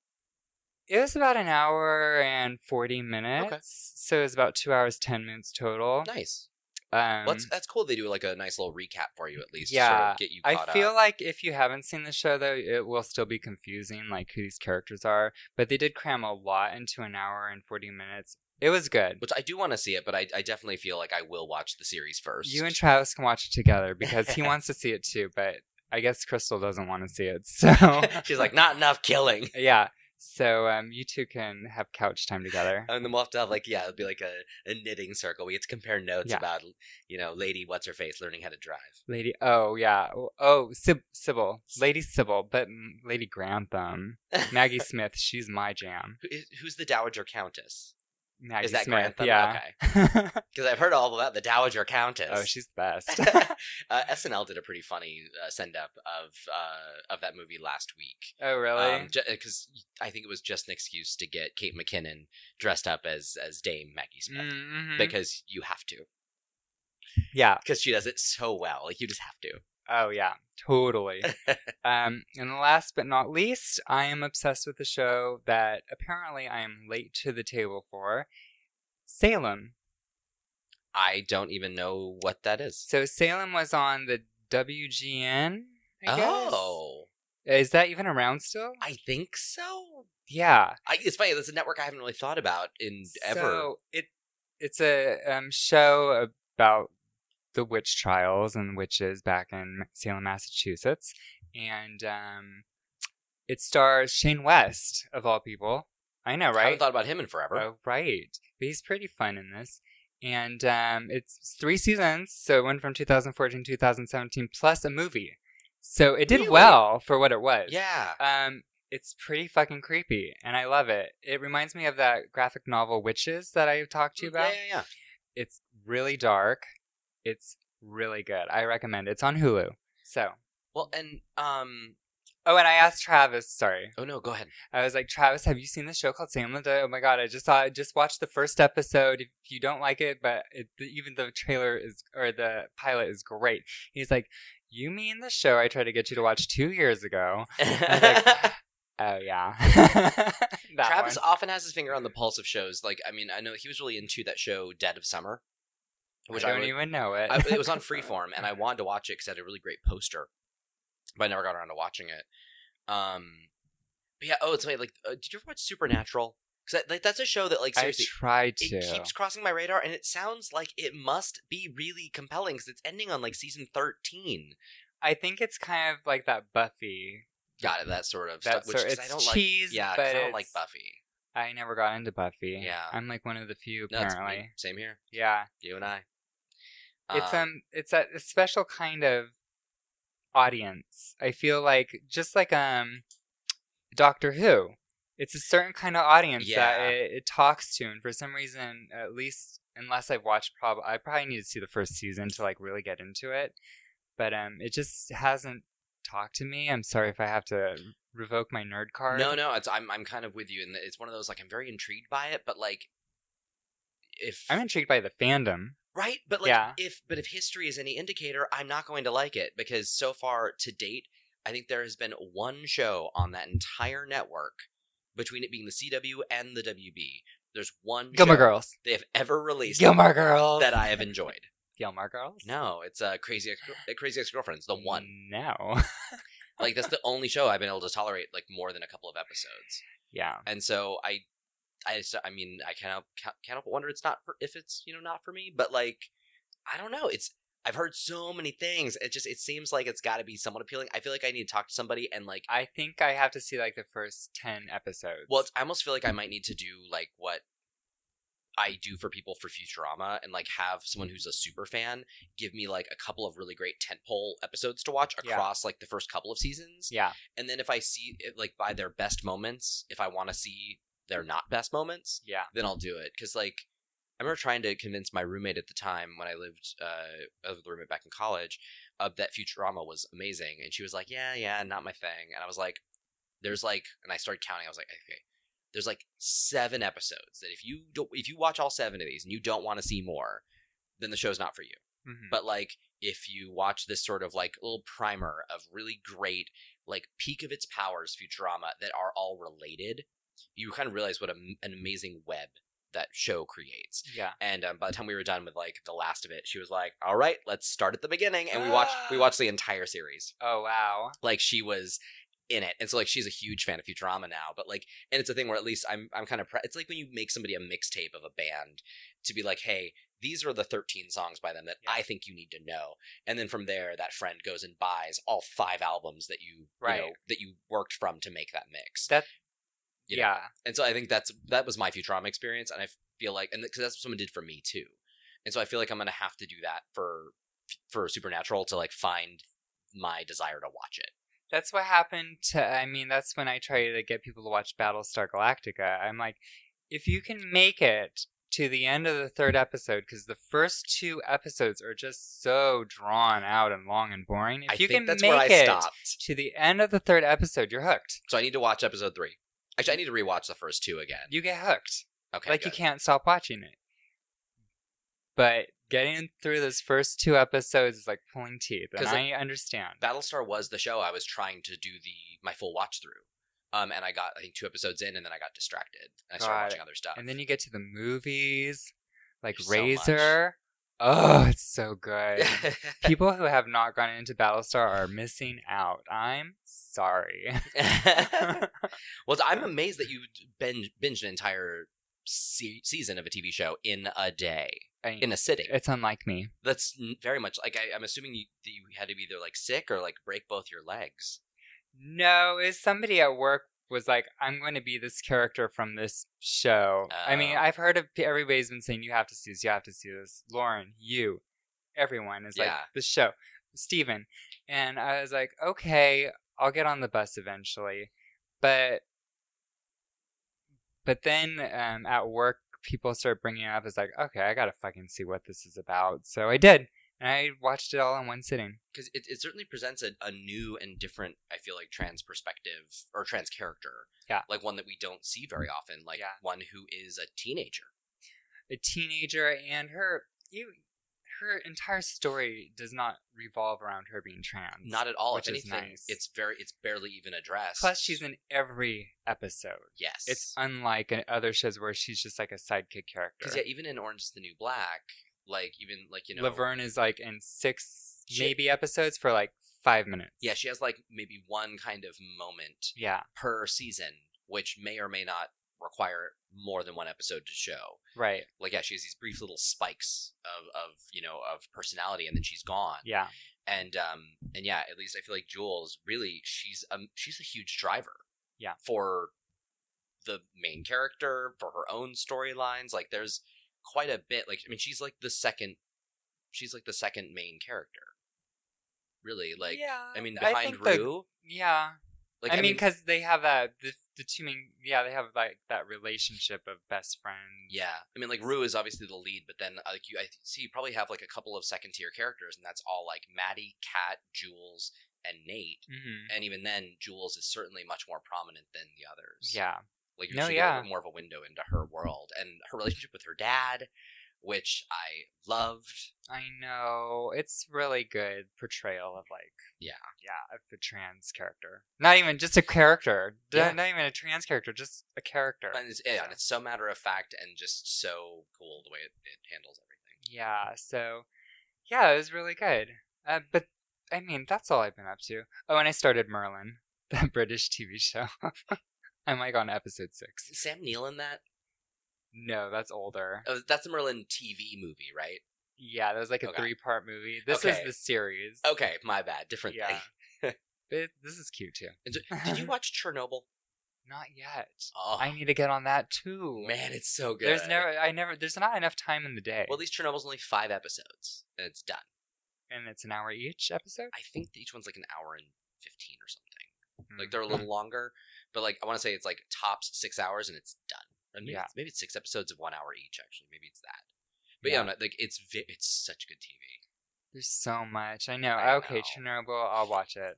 S1: It was about an hour and forty minutes, so it was about two hours ten minutes total.
S2: Nice.
S1: Um,
S2: Well, that's, that's cool. They do like a nice little recap for you at least. to sort
S1: Yeah,
S2: of get you.
S1: I
S2: caught
S1: feel
S2: Up.
S1: like if you haven't seen the show, though, it will still be confusing, like who these characters are. But they did cram a lot into an hour and forty minutes. It was good.
S2: Which I do want to see it, but I, I definitely feel like I will watch the series first.
S1: You and Travis can watch it together because he wants to see it too, but I guess Crystal doesn't want to see it. So
S2: She's like, not enough killing.
S1: yeah. So um, you two can have couch time together.
S2: And then we'll have to have like, yeah, it'll be like a, a knitting circle. We get to compare notes
S1: Yeah.
S2: about, you know, lady what's her face learning how to drive.
S1: Lady, oh yeah, oh Sib- Sybil, Lady Sybil, but mm, Lady Grantham, Maggie Smith, she's my jam.
S2: Who is, who's the Dowager Countess?
S1: Maggie
S2: is that
S1: Smith,
S2: Grantham?
S1: yeah.
S2: Okay. Because I've heard all about the Dowager Countess.
S1: oh, she's the best.
S2: uh, SNL did a pretty funny uh, send up of uh, of that movie last week. Um,
S1: oh really?
S2: Because I think it was just an excuse to get Kate McKinnon dressed up as as Dame Maggie Smith
S1: Mhm.
S2: because you have to
S1: mm-hmm. yeah.
S2: because she does it so well. Like you just have to.
S1: Oh yeah. Totally. um, and last but not least, I am obsessed with a show that apparently I am late to the table for. Salem.
S2: I don't even know what that is.
S1: So Salem was on the WGN. I guess?
S2: Oh,
S1: Is that even around still?
S2: I think so.
S1: Yeah.
S2: I, it's funny. That's a network I haven't really thought about in ever.
S1: So it it's a um, show about the witch trials and witches back in Salem, Massachusetts, and um, it stars Shane West of all people. I know,
S2: I
S1: right?
S2: haven't thought about him in forever.
S1: Oh, right. But he's pretty fun in this. And um, it's three seasons, so it went from 2014 to 2017 plus a movie. So it did
S2: Really?
S1: well for what it was.
S2: Yeah.
S1: Um, it's pretty fucking creepy, and I love it. It reminds me of that graphic novel Witches that I talked to you
S2: Yeah,
S1: about.
S2: yeah, yeah.
S1: It's really dark. It's really good. I recommend. It. It's on Hulu. So,
S2: Well, and um,
S1: oh, and I asked Travis. Sorry,
S2: oh no, go ahead.
S1: I was like, Travis, have you seen this show called Sam Linda? Oh my god, I just saw. I just watched the first episode. If you don't like it, but it, the, even the trailer is or the pilot is great. He's like, you mean the show I tried to get you to watch two years ago? Oh yeah, That
S2: Travis
S1: one.
S2: often has his finger on the pulse of shows. Like, I mean, I know he was really into that show Dead of Summer, which
S1: I
S2: I,
S1: don't
S2: would-
S1: even know it.
S2: I- it was on Freeform, and I wanted to watch it because it had a really great poster, but I never got around to watching it. Um, but yeah. Oh, it's funny. Like, uh, did you ever watch Supernatural? Because that, like, that's a show that, like,
S1: I
S2: seriously,
S1: tried to.
S2: it keeps crossing my radar, and it sounds like it must be really compelling because it's ending on like season thirteen.
S1: I think it's kind of like that Buffy.
S2: Got it. That sort of
S1: That
S2: stuff. Which
S1: sort.
S2: 'cause
S1: It's
S2: I don't like.
S1: cheese,
S2: Yeah, 'cause
S1: but
S2: I don't
S1: it's-
S2: like Buffy.
S1: I never got into Buffy.
S2: Yeah.
S1: I'm like one of the few
S2: No, it's-
S1: apparently.
S2: same here.
S1: Yeah,
S2: You and I.
S1: it's um, it's a, a special kind of audience. I feel like just like um, Doctor Who. It's a certain kind of audience
S2: Yeah.
S1: that it, it talks to, and for some reason, at least unless I've watched, probably I probably need to see the first season to like really get into it. But um, it just hasn't talked to me. I'm sorry if I have to revoke my nerd card.
S2: No, no, it's I'm I'm kind of with you, and it's one of those like I'm very intrigued by it, but like if
S1: I'm intrigued by the fandom.
S2: right, but like
S1: Yeah.
S2: if but if history is any indicator, I'm not going to like it because so far to date, I think there has been one show on that entire network between it being the CW and the WB. There's one
S1: Gilmore
S2: show
S1: Girls.
S2: they have ever released
S1: Gilmore Girls.
S2: that I have enjoyed.
S1: Gilmore Girls.
S2: No, it's uh, Crazy Ex- Crazy Ex Girlfriends, the one.
S1: No.
S2: Like that's the only show I've been able to tolerate like more than a couple of episodes.
S1: yeah.
S2: and so I, I, just- I mean, I can't help, can't help but wonder it's not for, if it's you know not for me, but like, I don't know. It's I've heard so many things. It just it seems like it's got to be somewhat appealing. I feel like I need to talk to somebody and like,
S1: I think I have to see like the first 10 episodes.
S2: well, it's, I almost feel like I might need to do like what I do for people for Futurama and like have someone who's a super fan give me like a couple of really great tentpole episodes to watch
S1: Yeah.
S2: across like the first couple of seasons.
S1: yeah.
S2: and then if I see it, like by their best moments, if I want to see they're not best moments,
S1: Yeah.
S2: then I'll do it. Because like I remember trying to convince my roommate at the time when I lived uh with the roommate back in college of that Futurama was amazing, and she was like, "Yeah, yeah, not my thing." And I was like, "There's like," and I started counting. I was like, "Okay." There's like seven episodes that if you don't if you watch all seven of these and you don't want to see more, then the show's not for you.
S1: Mhm.
S2: But like if you watch this sort of like little primer of really great like peak of its powers Futurama that are all related, you kind of realize what a, an amazing web that show creates.
S1: yeah.
S2: And um, by the time we were done with like the last of it, she was like, "All right, let's start at the beginning." And we watched we watched the entire series.
S1: Oh wow.
S2: Like she was in it, and so like she's a huge fan of Futurama now. But like, and it's a thing where at least I'm I'm kind of pre- it's like when you make somebody a mixtape of a band to be like, "Hey, these are the 13 songs by them that
S1: Yeah.
S2: I think you need to know," and then from there, that friend goes and buys all five albums that you,
S1: Right.
S2: you know, that you worked from to make that mix.
S1: That.
S2: You know,
S1: yeah.
S2: And so I think that's that was my Futurama experience, and I feel like, and because that's what someone did for me too, and so I feel like I'm gonna have to do that for for Supernatural to like find my desire to watch it.
S1: That's what happened to. I mean, that's when I try to get people to watch Battlestar Galactica. I'm like, if you can make it to the end of the third episode, because the first two episodes are just so drawn out and long and boring. If
S2: I
S1: you
S2: think
S1: can
S2: that's
S1: make
S2: where I
S1: it
S2: stopped.
S1: to the end of the third episode, you're hooked.
S2: So I need to watch episode three. Actually, I need to rewatch the first two again.
S1: You get hooked.
S2: Okay,
S1: like
S2: good.
S1: you can't stop watching it. But getting through those first two episodes is like pulling teeth, and
S2: 'Cause
S1: I understand.
S2: Battlestar was the show I was trying to do the my full watch through, um, and I got I think two episodes in, and then I got distracted. And I started
S1: Got
S2: watching
S1: it.
S2: other stuff.
S1: And then you get to the movies, like
S2: There's so much.
S1: Razor. Oh, it's so good. People who have not gone into Battlestar are missing out. I'm sorry.
S2: Well, I'm amazed that you binge, binged an entire se- season of a TV show in a day,
S1: I-
S2: in a sitting.
S1: Mm. it's unlike me.
S2: That's n- very much like I, I'm assuming you, that you had to be either like sick or like break both your legs.
S1: No, is somebody at work was like, I'm going to be this character from this show. I mean,
S2: Oh.
S1: I've heard of everybody's been saying, you have to see this, you have to see this. Lauren, you, everyone is like,
S2: Yeah.
S1: this show, Steven. And I was like, okay, I'll get on the bus eventually. But, but then um, at work, people start bringing it up as like, okay, I got to fucking see what this is about. So I did. And I watched it all in one sitting.
S2: Because it, it certainly presents a, a new and different, I feel like, trans perspective or trans character.
S1: Yeah.
S2: Like one that we don't see very often, like
S1: Yeah.
S2: one who is a teenager.
S1: a teenager and her you her entire story does not revolve around her being trans.
S2: Not at all.
S1: Which
S2: if
S1: is
S2: anything,
S1: nice.
S2: it's very, it's barely even addressed.
S1: plus she's in every episode.
S2: yes,
S1: It's unlike in other shows where she's just like a sidekick character.
S2: because yeah, even in Orange is the New Black, like even like you know,
S1: Laverne is like in six
S2: She-
S1: maybe episodes for like five minutes.
S2: Yeah, she has like maybe one kind of moment
S1: Yeah.
S2: per season, which may or may not require more than one episode to show.
S1: Right.
S2: Like, yeah, she has these brief little spikes of, of you know, of personality, and then she's gone.
S1: Yeah.
S2: And um, and yeah, at least I feel like Jules really she's um she's a huge driver.
S1: Yeah.
S2: For the main character, for her own storylines, like there's quite a bit. Like, I mean, she's like the second, she's like the second main character. Really, like.
S1: yeah.
S2: I mean,
S1: I
S2: behind
S1: think the-
S2: Rue,
S1: yeah.
S2: like
S1: I mean, because they have that the, the two main yeah they have like that relationship of best friends.
S2: yeah, I mean, like Rue is obviously the lead, but then uh, like you, I see you probably have like a couple of second tier characters, and that's all like Maddie, Kat, Jules, and Nate.
S1: hmm
S2: And even then, Jules is certainly much more prominent than the others.
S1: Yeah.
S2: like
S1: No,
S2: no, yeah, a
S1: yeah.
S2: little bit more of a window into her world and her relationship with her dad, which I loved.
S1: I know. It's really good portrayal of like
S2: Yeah.
S1: Yeah, of the trans character. Not even just a character. D-
S2: Yeah.
S1: Not even a trans character, just a character.
S2: And it's, yeah, and it's so matter of fact and just so cool the way it, it handles everything.
S1: Yeah, so yeah, it was really good. Uh, but I mean, that's all I've been up to. Oh, and I started Merlin, that British TV show. I'm like on episode 6.
S2: Is Sam Neill in that?
S1: No, that's older.
S2: Oh, that's the Merlin TV movie, right?
S1: Yeah, that was like a
S2: Okay.
S1: three-part movie. This
S2: Okay. Oh.
S1: is the series.
S2: Okay, my bad. Different
S1: Yeah.
S2: thing.
S1: It, this is cute too.
S2: And so- Did you watch Chernobyl?
S1: Not yet.
S2: Oh,
S1: I need to get on that too.
S2: man, it's so good.
S1: There's never, I never, there's not enough time in the day,
S2: Well, at least Chernobyl's only five episodes, and it's done.
S1: and it's an hour each episode.
S2: I think that each one's like an hour and fifteen or something.
S1: Hmm,
S2: Like they're a little longer, but like I want to say it's like tops six hours and it's done. And Maybe,
S1: Yeah.
S2: it's, maybe it's six episodes of one hour each. Actually, maybe it's that. But yeah,
S1: Yeah.
S2: I'm not- like it's vi- it's such good TV.
S1: There's so much. I know.
S2: I
S1: okay,
S2: know.
S1: Chernobyl. I'll watch it.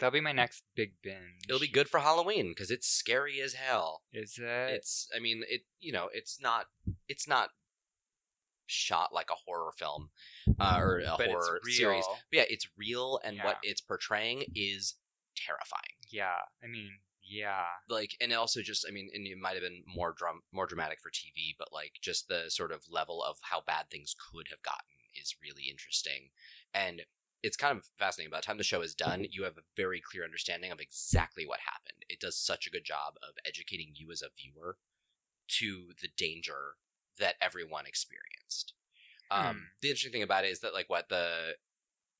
S1: That'll be my next big binge.
S2: It'll be good for Halloween because it's scary as hell.
S1: Is it?
S2: It's I mean it you know it's not it's not shot like a horror film uh, or a
S1: but
S2: horror
S1: it's real.
S2: series. But yeah, it's real and what
S1: Yeah.
S2: it's portraying is terrifying.
S1: Yeah. I mean, yeah.
S2: like and also just i mean and it might have been more drum more dramatic for tv but like just the sort of level of how bad things could have gotten is really interesting and it's kind of fascinating by the time the show is done you have a very clear understanding of exactly what happened it does such a good job of educating you as a viewer to the danger that everyone experienced um
S1: Hmm.
S2: the interesting thing about it is that like what the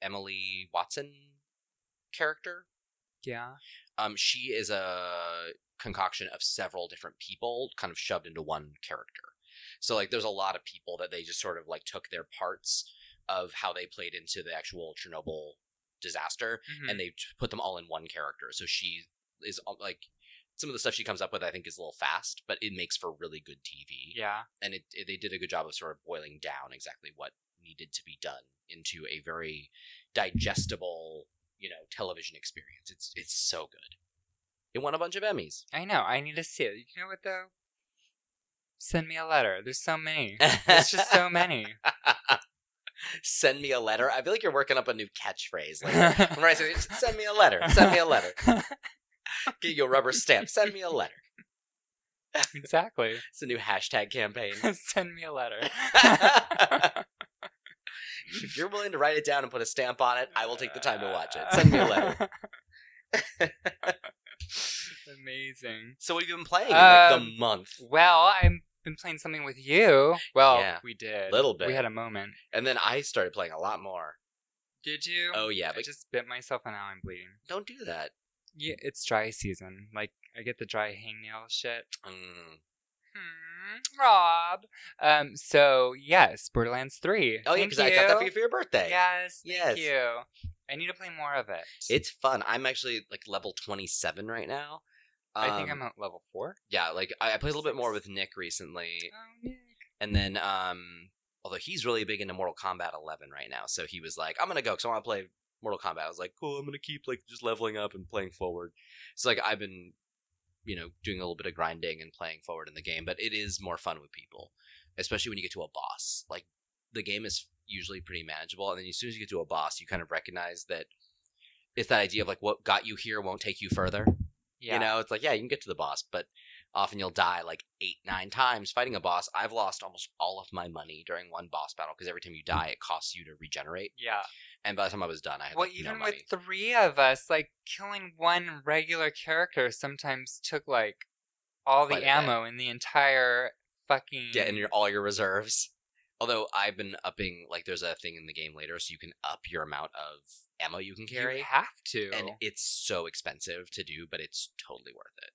S2: emily watson character
S1: Yeah.
S2: um, she is a concoction of several different people kind of shoved into one character. So like there's a lot of people that they just sort of like took their parts of how they played into the actual Chernobyl disaster
S1: Mhm.
S2: and they t- put them all in one character. So she is uh, like some of the stuff she comes up with I think is a little fast, but it makes for really good TV.
S1: yeah.
S2: And it, it they did a good job of sort of boiling down exactly what needed to be done into a very digestible, you know, television experience. It's it's so good. It won a bunch of Emmys.
S1: I know. I need to see it. You know what though? Send me a letter. There's so many. There's
S2: it's
S1: just so many.
S2: send me a letter. I feel like you're working up a new catchphrase. Like when I say, "Just send me a letter. Send me a letter. Get you a rubber stamp. Send me a letter.
S1: exactly.
S2: It's a new hashtag campaign.
S1: Send me a letter.
S2: if you're willing to write it down and put a stamp on it, I will take the time to watch it. Send me a letter.
S1: Amazing.
S2: So what have you been playing in like
S1: Um,
S2: the month?
S1: Well, I've been playing something with you. Well,
S2: Yeah.
S1: we did.
S2: Little bit.
S1: We had a moment.
S2: And then I started playing a lot more.
S1: Did you?
S2: Oh yeah,
S1: I
S2: but
S1: just bit myself and now I'm bleeding.
S2: don't do that.
S1: Yeah, it's dry season. Like I get the dry hangnail shit.
S2: Mm.
S1: Hmm, Rob. Um. So yes, Borderlands Three.
S2: Oh yeah,
S1: Thank
S2: because I got that for you
S1: you.
S2: for your birthday.
S1: Yes.
S2: Yes.
S1: Thank you. I need to play more of it.
S2: It's fun. I'm actually like level 27 right now.
S1: I think
S2: Um,
S1: I'm at level four.
S2: Yeah, like I, I played a little bit more with Nick recently,
S1: Oh, Nick.
S2: and then um, although he's really big into Mortal Kombat 11 right now, so he was like, "I'm gonna go because I want to play Mortal Kombat." I was like, "Cool, I'm gonna keep like just leveling up and playing forward." So like I've been, you know, doing a little bit of grinding and playing forward in the game, but it is more fun with people, especially when you get to a boss. Like the game is usually pretty manageable, and then as soon as you get to a boss, you kind of recognize that it's that idea of like what got you here won't take you further.
S1: Yeah.
S2: You know, it's like, yeah, you can get to the boss, but often you'll die like eight, nine times fighting a boss. I've lost almost all of my money during one boss battle because every time you die, it costs you to regenerate.
S1: Yeah.
S2: And by the time I was done, I had
S1: Well,
S2: like,
S1: even
S2: no
S1: with
S2: money.
S1: three of us, like killing one regular character sometimes took like all
S2: Quite
S1: the
S2: a bit.
S1: ammo in the entire fucking.
S2: Yeah, and your, all your reserves. Although I've been upping, like, there's a thing in the game later, so you can up your amount of ammo you can carry.
S1: you have to.
S2: and it's so expensive to do, but it's totally worth it.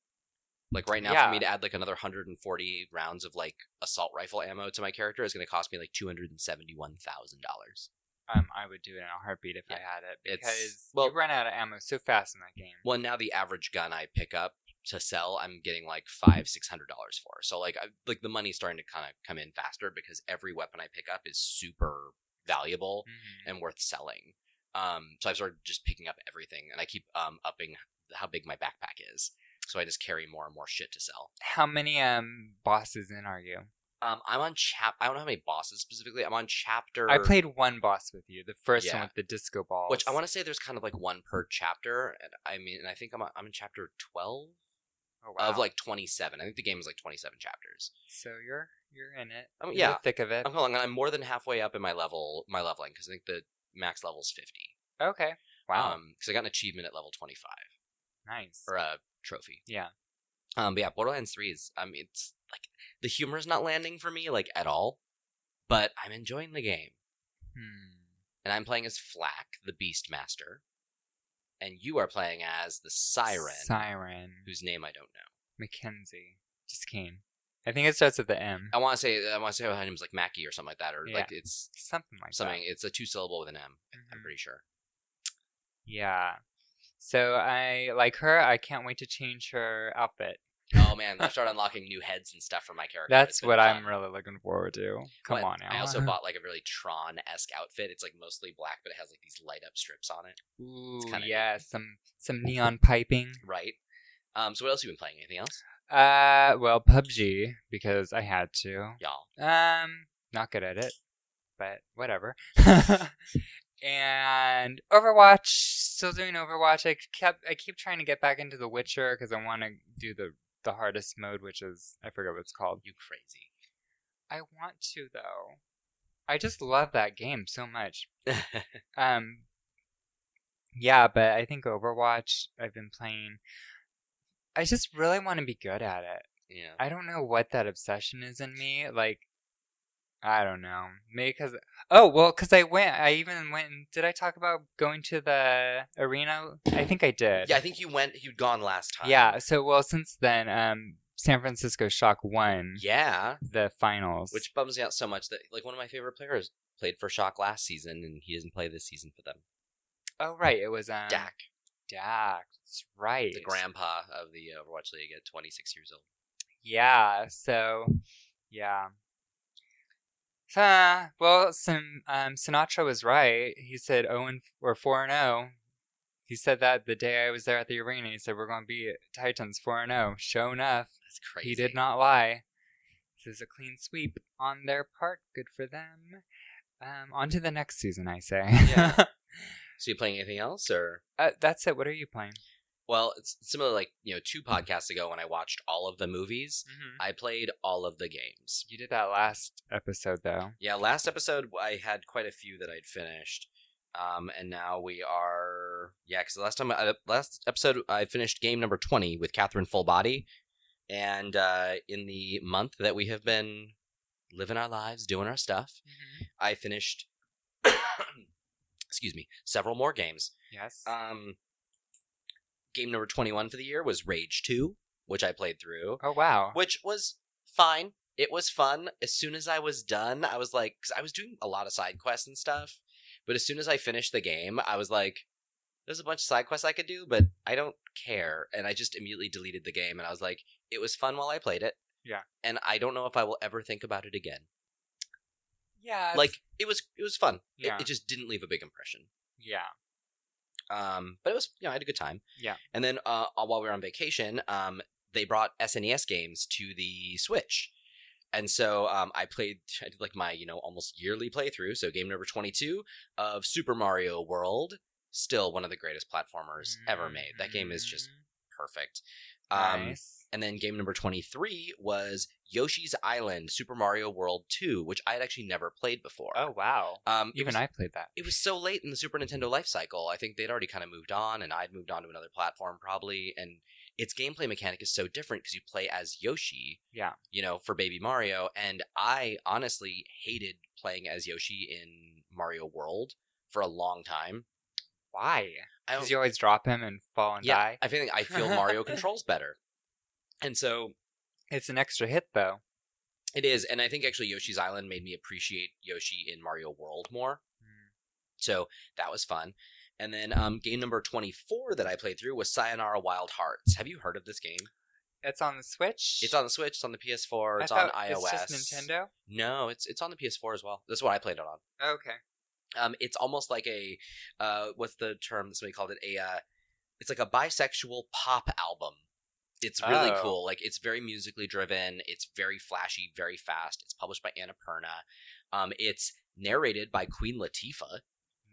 S2: Like right now,
S1: Yeah.
S2: for me to add like another 140 rounds of like assault rifle ammo to my character is going to cost me like two hundred and seventy-one thousand dollars.
S1: um, I would do it in a heartbeat if I
S2: Yeah.
S1: had it
S2: It's-
S1: because
S2: well-
S1: you run out of ammo so fast in that game.
S2: Well, now the average gun I pick up to sell, I'm getting like five, six hundred dollars for. So like, I, like the money's starting to kind of come in faster because every weapon I pick up is super valuable
S1: Mhm.
S2: and worth selling. Um, so I've started just picking up everything, and I keep um upping how big my backpack is. So I just carry more and more shit to sell.
S1: How many um bosses in are you?
S2: Um, I'm on chap. I don't know how many bosses specifically. I'm on chapter.
S1: I played one boss with you, the first
S2: Yeah.
S1: one with the disco balls.
S2: which I want to say there's kind of like one per chapter. And I mean, and I think I'm on, I'm in chapter twelve
S1: oh, wow.
S2: of like twenty seven. I think the game is like twenty seven chapters.
S1: So you're you're in it.
S2: Um,
S1: You're
S2: yeah.
S1: in the thick of it.
S2: I'm along, and I'm more than halfway up in my level, my leveling, because I think the max level's fifty.
S1: okay. Wow.
S2: because I got an achievement at level twenty five
S1: nice.
S2: or a trophy.
S1: Yeah.
S2: Um, but yeah, Borderlands three is. I mean, it's like the humor is not landing for me like at all, but I'm enjoying the game.
S1: Hmm.
S2: and I'm playing as Flack, the Beast Master, and you are playing as the Siren,
S1: Siren.
S2: whose name I don't know.
S1: Mackenzie. Just Kane. I think it starts with the M.
S2: I want to say I want to say her name's like Mackie or something like that, or like it's
S1: Something like Mm.
S2: something.
S1: that.
S2: It's a two syllable with an M.
S1: Mhm.
S2: I'm pretty sure.
S1: Yeah. So I like her. I can't wait to change her outfit.
S2: Oh man, I started unlocking new heads and stuff for my character. It's
S1: That's
S2: been
S1: what
S2: fun.
S1: I'm really looking forward to. Come
S2: But
S1: on now.
S2: I also bought like a really Tron esque outfit. It's like mostly black, but it has like these light up strips on it,
S1: Ooh,
S2: kinda neat.
S1: yeah, some some neon piping.
S2: right? Um, so what else you been playing? Anything else,
S1: Uh, well, PUBG because I had to.
S2: y'all?
S1: Um, not good at it, but whatever. and Overwatch, still doing Overwatch. I kept, I keep trying to get back into The Witcher because I want to do the the hardest mode, which is I forget what it's called.
S2: You crazy?
S1: I want to though. I just love that game so much. Um, yeah, but I think Overwatch. I've been playing. I just really want to be good at it.
S2: yeah.
S1: I don't know what that obsession is in me. Like, I don't know. Maybe because oh well, because I went. I even went. and- Did I talk about going to the arena? I think I did.
S2: Yeah, uh, I think you went. You'd gone last time.
S1: Yeah. So well, since then, um, San Francisco Shock won
S2: Yeah.
S1: the finals.
S2: Which bums me out so much that like one of my favorite players played for Shock last season, and he doesn't play this season for them.
S1: oh right, it was um,
S2: Dak,
S1: Dak. That's right.
S2: the grandpa of the Overwatch League at 26 years old.
S1: Yeah. So, yeah. Huh, well, some um, Sinatra was right. He said 0 and, or 4 and 0. He said that the day I was there at the arena. He said, We're going to be Titans 4 and 0. Show enough.
S2: That's crazy.
S1: He did not lie. This is a clean sweep on their part. Good for them. Um, on to the next season, I say.
S2: Yeah. So you playing anything else, or?
S1: uh, that's it. What are you playing?
S2: Well, it's similar. Like you know, two podcasts ago when I watched all of the movies,
S1: Mm-hmm.
S2: I played all of the games.
S1: You did that last episode, though.
S2: Yeah, last episode I had quite a few that I'd finished, um, and now we are yeah. Because last time, uh, last episode I finished game number twenty with Catherine Full Body, and uh, in the month that we have been living our lives, doing our stuff, I finished. excuse me, several more games.
S1: Yes.
S2: Um, game number twenty-one for the year was Rage Two, which I played through
S1: oh, wow.
S2: which was fine. It was fun. As soon as I was done, I was like, because I was doing a lot of side quests and stuff. But as soon as I finished the game, I was like, there's a bunch of side quests I could do, but I don't care. And I just immediately deleted the game. And I was like, it was fun while I played it.
S1: Yeah.
S2: And I don't know if I will ever think about it again.
S1: Yeah.
S2: like it was, it was fun. It-
S1: Yeah.
S2: It, just didn't leave a big impression.
S1: yeah.
S2: Um, but it was, you know, I had a good time.
S1: Yeah.
S2: And then uh, while we were on vacation, um, they brought SNES games to the Switch. And so um, I played, I did like my, you know, almost yearly playthrough. So game number 22 of Super Mario World, still one of the greatest platformers ever made. That game is just perfect. Um,
S1: Mm. Mm-hmm. nice.
S2: And then game number 23 was Yoshi's Island Super Mario World 2, which I had actually never played before.
S1: Oh wow!
S2: um, it
S1: Even
S2: was-
S1: I played that.
S2: it was so late in the Super Nintendo life cycle. I think they'd already kind of moved on, and I'd moved on to another platform probably. And its gameplay mechanic is so different because you play as Yoshi,
S1: Yeah.
S2: you know, for Baby Mario. And I honestly hated playing as Yoshi in Mario World for a long time.
S1: Why?
S2: I don't-
S1: Because you always drop him and fall and
S2: yeah,
S1: die.
S2: I think I feel Mario controls better, and so
S1: It's an extra hit though.
S2: it is. And I think actually Yoshi's Island made me appreciate Yoshi in Mario World more. So that was fun. And then um, game number 24 that I played through was Sayonara Wild Hearts. Have you heard of this game?
S1: It's on the Switch.
S2: It's on the Switch, it's on the PS4,
S1: I
S2: it's on
S1: thought
S2: iOS.
S1: It's just Nintendo.
S2: No, it's it's on the PS4 as well. That's what I played it on.
S1: Okay.
S2: Um, it's almost like a uh, what's the term that somebody called it? A uh, it's like a bisexual pop album. It's really
S1: Oh.
S2: cool. Like it's very musically driven. It's very flashy, very fast. It's published by Annapurna. Um, it's narrated by Queen Latifah.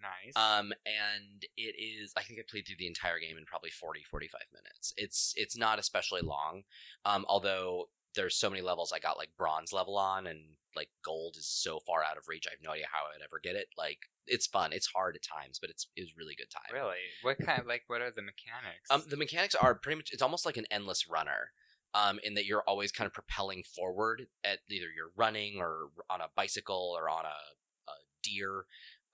S1: Nice.
S2: Um, and it is, I think I played through the entire game in probably 40, 45 minutes. It's, it's not especially long. Um, although there's so many levels I got like bronze level on and like gold is so far out of reach. I have no idea how I would ever get it. Like it's fun. It's hard at times, but it's, it's really good time.
S1: really? What kind? Of, like, what are the mechanics?
S2: Um, the mechanics are pretty much, it's almost like an endless runner. Um, in that you're always kind of propelling forward at either you're running or on a bicycle or on a deer,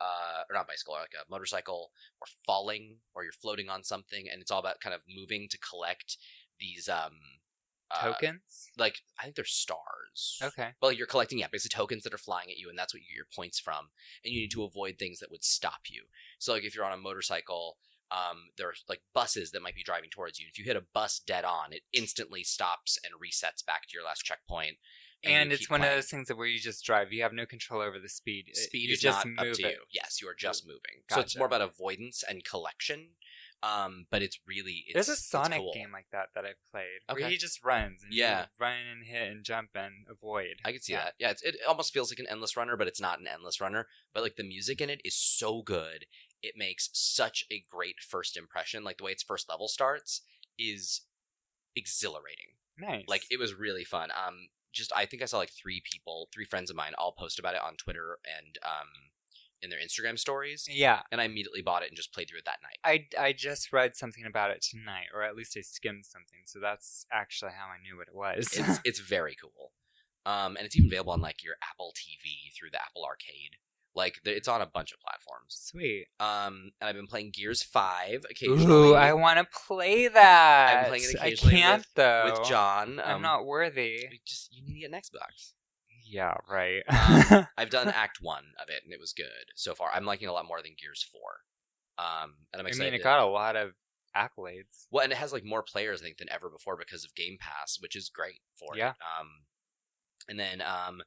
S2: uh, or not bicycle, like a motorcycle, or falling, or you're floating on something, and it's all about kind of moving to collect these um, uh,
S1: Tokens.
S2: Like I think they're stars.
S1: Okay.
S2: Well, you're collecting yeah, basically tokens that are flying at you, and that's
S1: Mm-hmm.
S2: what you get your points from. And you need to avoid things that would stop you. So like if you're on a motorcycle, um, there are like buses that might be driving towards you. If you hit a bus dead on, it instantly stops and resets back to your last checkpoint. you
S1: And
S2: keep
S1: it's one of
S2: playing. Uh,
S1: those things that where you just drive. You have no control over the speed. It-
S2: speed
S1: you
S2: is
S1: just
S2: not
S1: move
S2: up to
S1: it.
S2: you. Yes, you are just moving. So it's
S1: Gotcha.
S2: more about avoidance and collection. Um, but it's really it's,
S1: There's a
S2: it's
S1: Sonic
S2: cool.
S1: game like that that I've played where
S2: Okay.
S1: he just runs. And you
S2: Yeah.
S1: run and hit and jump and avoid.
S2: I can see
S1: Yeah.
S2: that. Yeah, it's, it almost feels like an endless runner, but it's not an endless runner. But like the music in it is so good. It makes such a great first impression. Like the way its first level starts is exhilarating.
S1: Nice.
S2: Like it was really fun. Um, just I think I saw like three people, three friends of mine, all post about it on Twitter and um, in their Instagram stories,
S1: yeah.
S2: and I immediately bought it and just played through it that night.
S1: I, I just read something about it tonight, or at least I skimmed something. So that's actually how I knew what it was.
S2: it's it's very cool. Um, and it's even available on like your Apple TV through the Apple Arcade. Like th- it's on a bunch of platforms.
S1: Sweet.
S2: Um, and I've been playing Gears Five occasionally.
S1: Ooh, I want to play that.
S2: playing it
S1: I
S2: occasionally
S1: can't though.
S2: with John.
S1: I'm
S2: um,
S1: not worthy.
S2: we Just you need to get an Xbox.
S1: Yeah, right.
S2: Um, I've done Act One of it, and it was good so far. I'm liking it a lot more than Gears Four. Um, and I'm
S1: I
S2: excited.
S1: mean, it
S2: to-
S1: got a lot of accolades.
S2: well, and it has like more players I think than ever before because of Game Pass, which is great for
S1: Yeah.
S2: it. Um, and then um,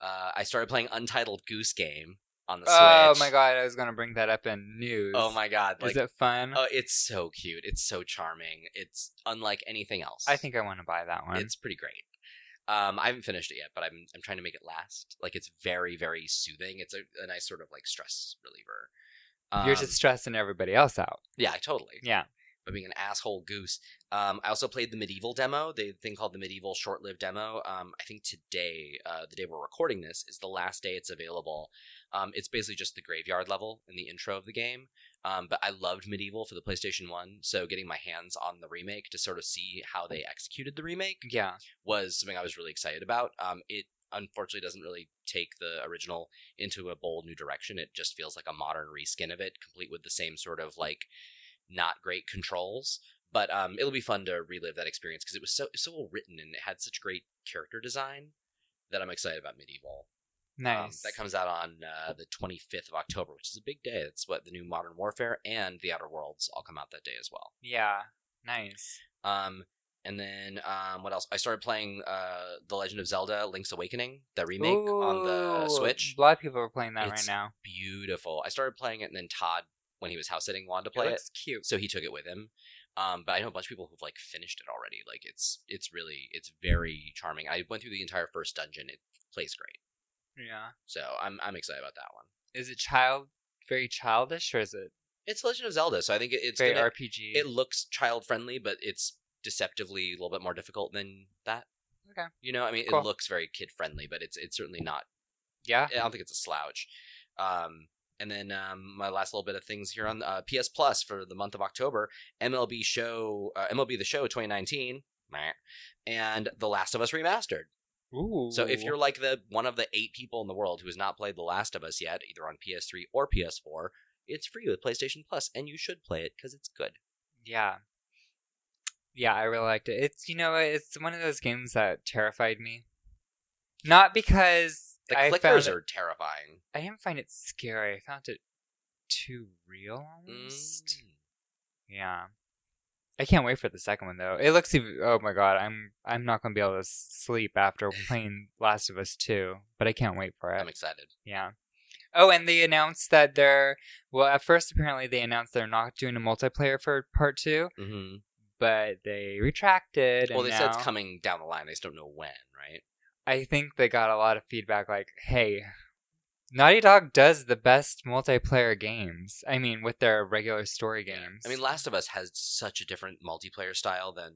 S2: uh, I started playing Untitled Goose Game on the
S1: Oh
S2: Switch.
S1: my god, I was gonna bring that up in news.
S2: Oh my god! Like,
S1: is it fun?
S2: oh, it's so cute. It's so charming. It's unlike anything else.
S1: I think I want to buy that one.
S2: It's pretty great. Um, I haven't finished it yet, but I'm I'm trying to make it last. Like it's very very soothing. It's a, a nice sort of like stress reliever.
S1: You're
S2: Um,
S1: just stressing everybody else out.
S2: yeah, totally.
S1: Yeah.
S2: By being an asshole goose. Um, I also played the medieval demo, the thing called the medieval short-lived demo. Um, I think today, uh, the day we're recording this, is the last day it's available. Um, it's basically just the graveyard level in the intro of the game. Um, but I loved medieval for the PlayStation One, so getting my hands on the remake to sort of see how they executed the remake
S1: Yeah.
S2: was something I was really excited about. Um, it unfortunately doesn't really take the original into a bold new direction. It just feels like a modern reskin of it, complete with the same sort of like not great controls. But um, it'll be fun to relive that experience because it was so so well written and it had such great character design that I'm excited about medieval. Um,
S1: Nice.
S2: that comes out on uh, the 25th of October, which is a big day. That's what the new Modern Warfare and the Outer Worlds all come out that day as well.
S1: yeah. Nice.
S2: Um, and then um, what else? I started playing uh, The Legend of Zelda: Link's Awakening, the remake on the
S1: Ooh,
S2: Switch.
S1: A lot of people are playing that
S2: It's
S1: right now.
S2: Beautiful. I started playing it, and then Todd, when he was house sitting, wanted to play
S1: it
S2: it,
S1: looks cute.
S2: so he took it with him. Um, but I know a bunch of people who've like finished it already. Like it's it's really it's very charming. I went through the entire first dungeon. It plays great,
S1: Yeah.
S2: so I'm I'm excited about that one.
S1: Is it child very childish or is it
S2: It's Legend of Zelda, so I think it, it's
S1: very
S2: gonna-
S1: RPG?
S2: it looks child friendly, but it's deceptively a little bit more difficult than that.
S1: Okay.
S2: You know, I mean,
S1: Cool.
S2: it looks very kid friendly, but it's it's certainly not.
S1: yeah.
S2: I don't think it's a slouch. Um, and then um, my last little bit of things here on uh, PS Plus for the month of October: MLB Show, uh, MLB The Show 2019, meh, and The Last of Us Remastered.
S1: Ooh.
S2: So if you're like the one of the eight people in the world who has not played The Last of Us yet, either on PS3 or PS4, it's free with PlayStation Plus, and you should play it because it's good.
S1: Yeah. Yeah, I really liked it. It's you know what, it's one of those games that terrified me. Not because
S2: The
S1: I
S2: clickers
S1: found
S2: are terrifying.
S1: I didn't find it scary. I found it too real almost.
S2: Mm.
S1: Yeah. I can't wait for the second one though. It looks even oh my god, I'm I'm not gonna be able to sleep after playing Last of Us Two, but I can't wait for
S2: I'm
S1: it.
S2: excited.
S1: Yeah. Oh, and they announced that they're well at first apparently they announced they're not doing a multiplayer for part two,
S2: Mm-hmm.
S1: but they retracted.
S2: Well,
S1: and
S2: they said it's
S1: now-
S2: coming down the line. They just don't know when, right?
S1: I think they got a lot of feedback like, hey, Naughty Dog does the best multiplayer games. I mean, with their regular story games.
S2: I mean, Last of Us has such a different multiplayer style than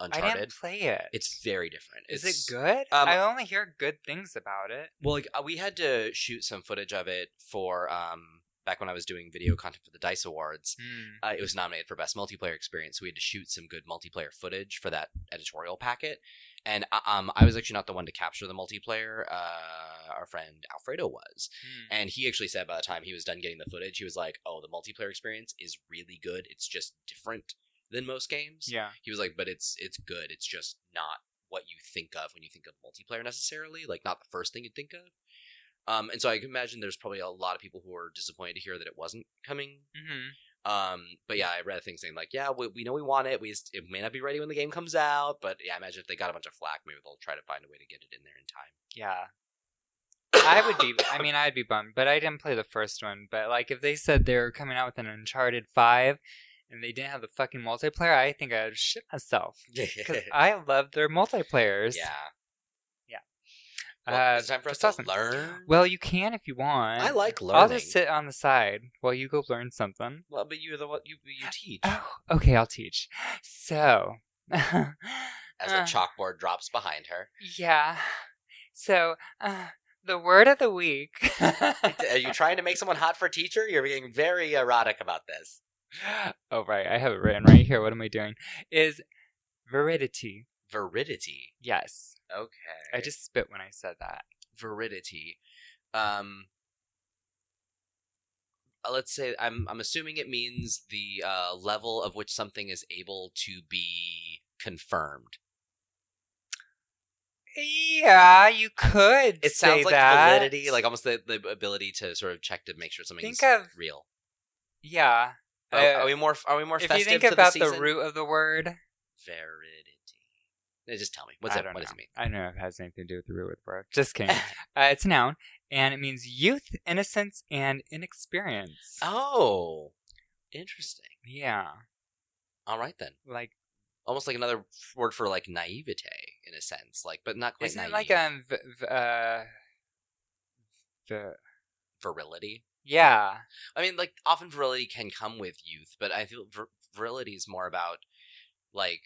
S1: I
S2: Uncharted.
S1: didn't play it.
S2: It's very different.
S1: Is
S2: It's-
S1: it good?
S2: um,
S1: I only hear good things about it.
S2: Well, like uh, we had to shoot some footage of it for um back when I was doing video content for the Dice Awards.
S1: Hmm.
S2: Uh, it was nominated for best multiplayer experience. So we had to shoot some good multiplayer footage for that editorial packet, and uh, um, I was actually not the one to capture the multiplayer. Uh, our friend Alfredo was.
S1: Hmm.
S2: And he actually said by the time he was done getting the footage, he was like, "Oh, the multiplayer experience is really good. It's just different than most games."
S1: Yeah.
S2: He was like, "But it's it's good. It's just not what you think of when you think of multiplayer necessarily. Like not the first thing you think of." Um, and so I can imagine there's probably a lot of people who are disappointed to hear that it wasn't coming.
S1: hmm
S2: Um, but yeah, I read things saying like, yeah, we, we know we want it. We just, it may not be ready when the game comes out, but yeah, I imagine if they got a bunch of flack, maybe they'll try to find a way to get it in there in time.
S1: Yeah. I would be. I mean, I'd be bummed, but I didn't play the first one. But like, if they said they were coming out with an Uncharted Five, and they didn't have the fucking multiplayer, I think I'd shit myself because I love their multiplayers.
S2: yeah.
S1: Yeah.
S2: Well,
S1: Uh,
S2: it's time for us
S1: just
S2: to
S1: awesome.
S2: learn.
S1: Well, you can if you want.
S2: I like learning.
S1: I'll just sit on the side while you go learn something.
S2: Well, but you're the one you you teach
S1: Oh, okay, I'll teach. So,
S2: as the
S1: uh.
S2: chalkboard drops behind her.
S1: yeah. So, uh, the word of the week.
S2: Are you trying to make someone hot for teacher? You're being very erotic about this.
S1: oh, right. I have it written right here. What am I doing? Is veridity.
S2: Veridity.
S1: Yes.
S2: Okay.
S1: I just spit when I said that.
S2: veridity. Um, uh, let's say I'm I'm assuming it means the uh, level of which something is able to be confirmed.
S1: Yeah, you could.
S2: It
S1: say
S2: sounds like
S1: that.
S2: validity, like almost the, the ability to sort of check to make sure something's
S1: Think of-
S2: real.
S1: Yeah.
S2: Are,
S1: uh,
S2: are we more are we more
S1: If
S2: festive
S1: you think
S2: to
S1: about
S2: the,
S1: the,
S2: season?
S1: root of the word,
S2: veridity. No, Just tell me what's
S1: I
S2: it.
S1: don't
S2: What does
S1: know.
S2: it mean?
S1: I don't know if it has anything to do with the root of the word. Just kidding. Uh, it's a noun, and it means youth, innocence, and inexperience.
S2: oh, interesting.
S1: Yeah,
S2: All right then.
S1: like
S2: Almost like another word for like naivete in a sense, like but not quite.
S1: isn't it
S2: naive.
S1: like um v- v- uh the
S2: virility?
S1: yeah
S2: I mean, like often virility can come with youth, but I feel vir- virility is more about like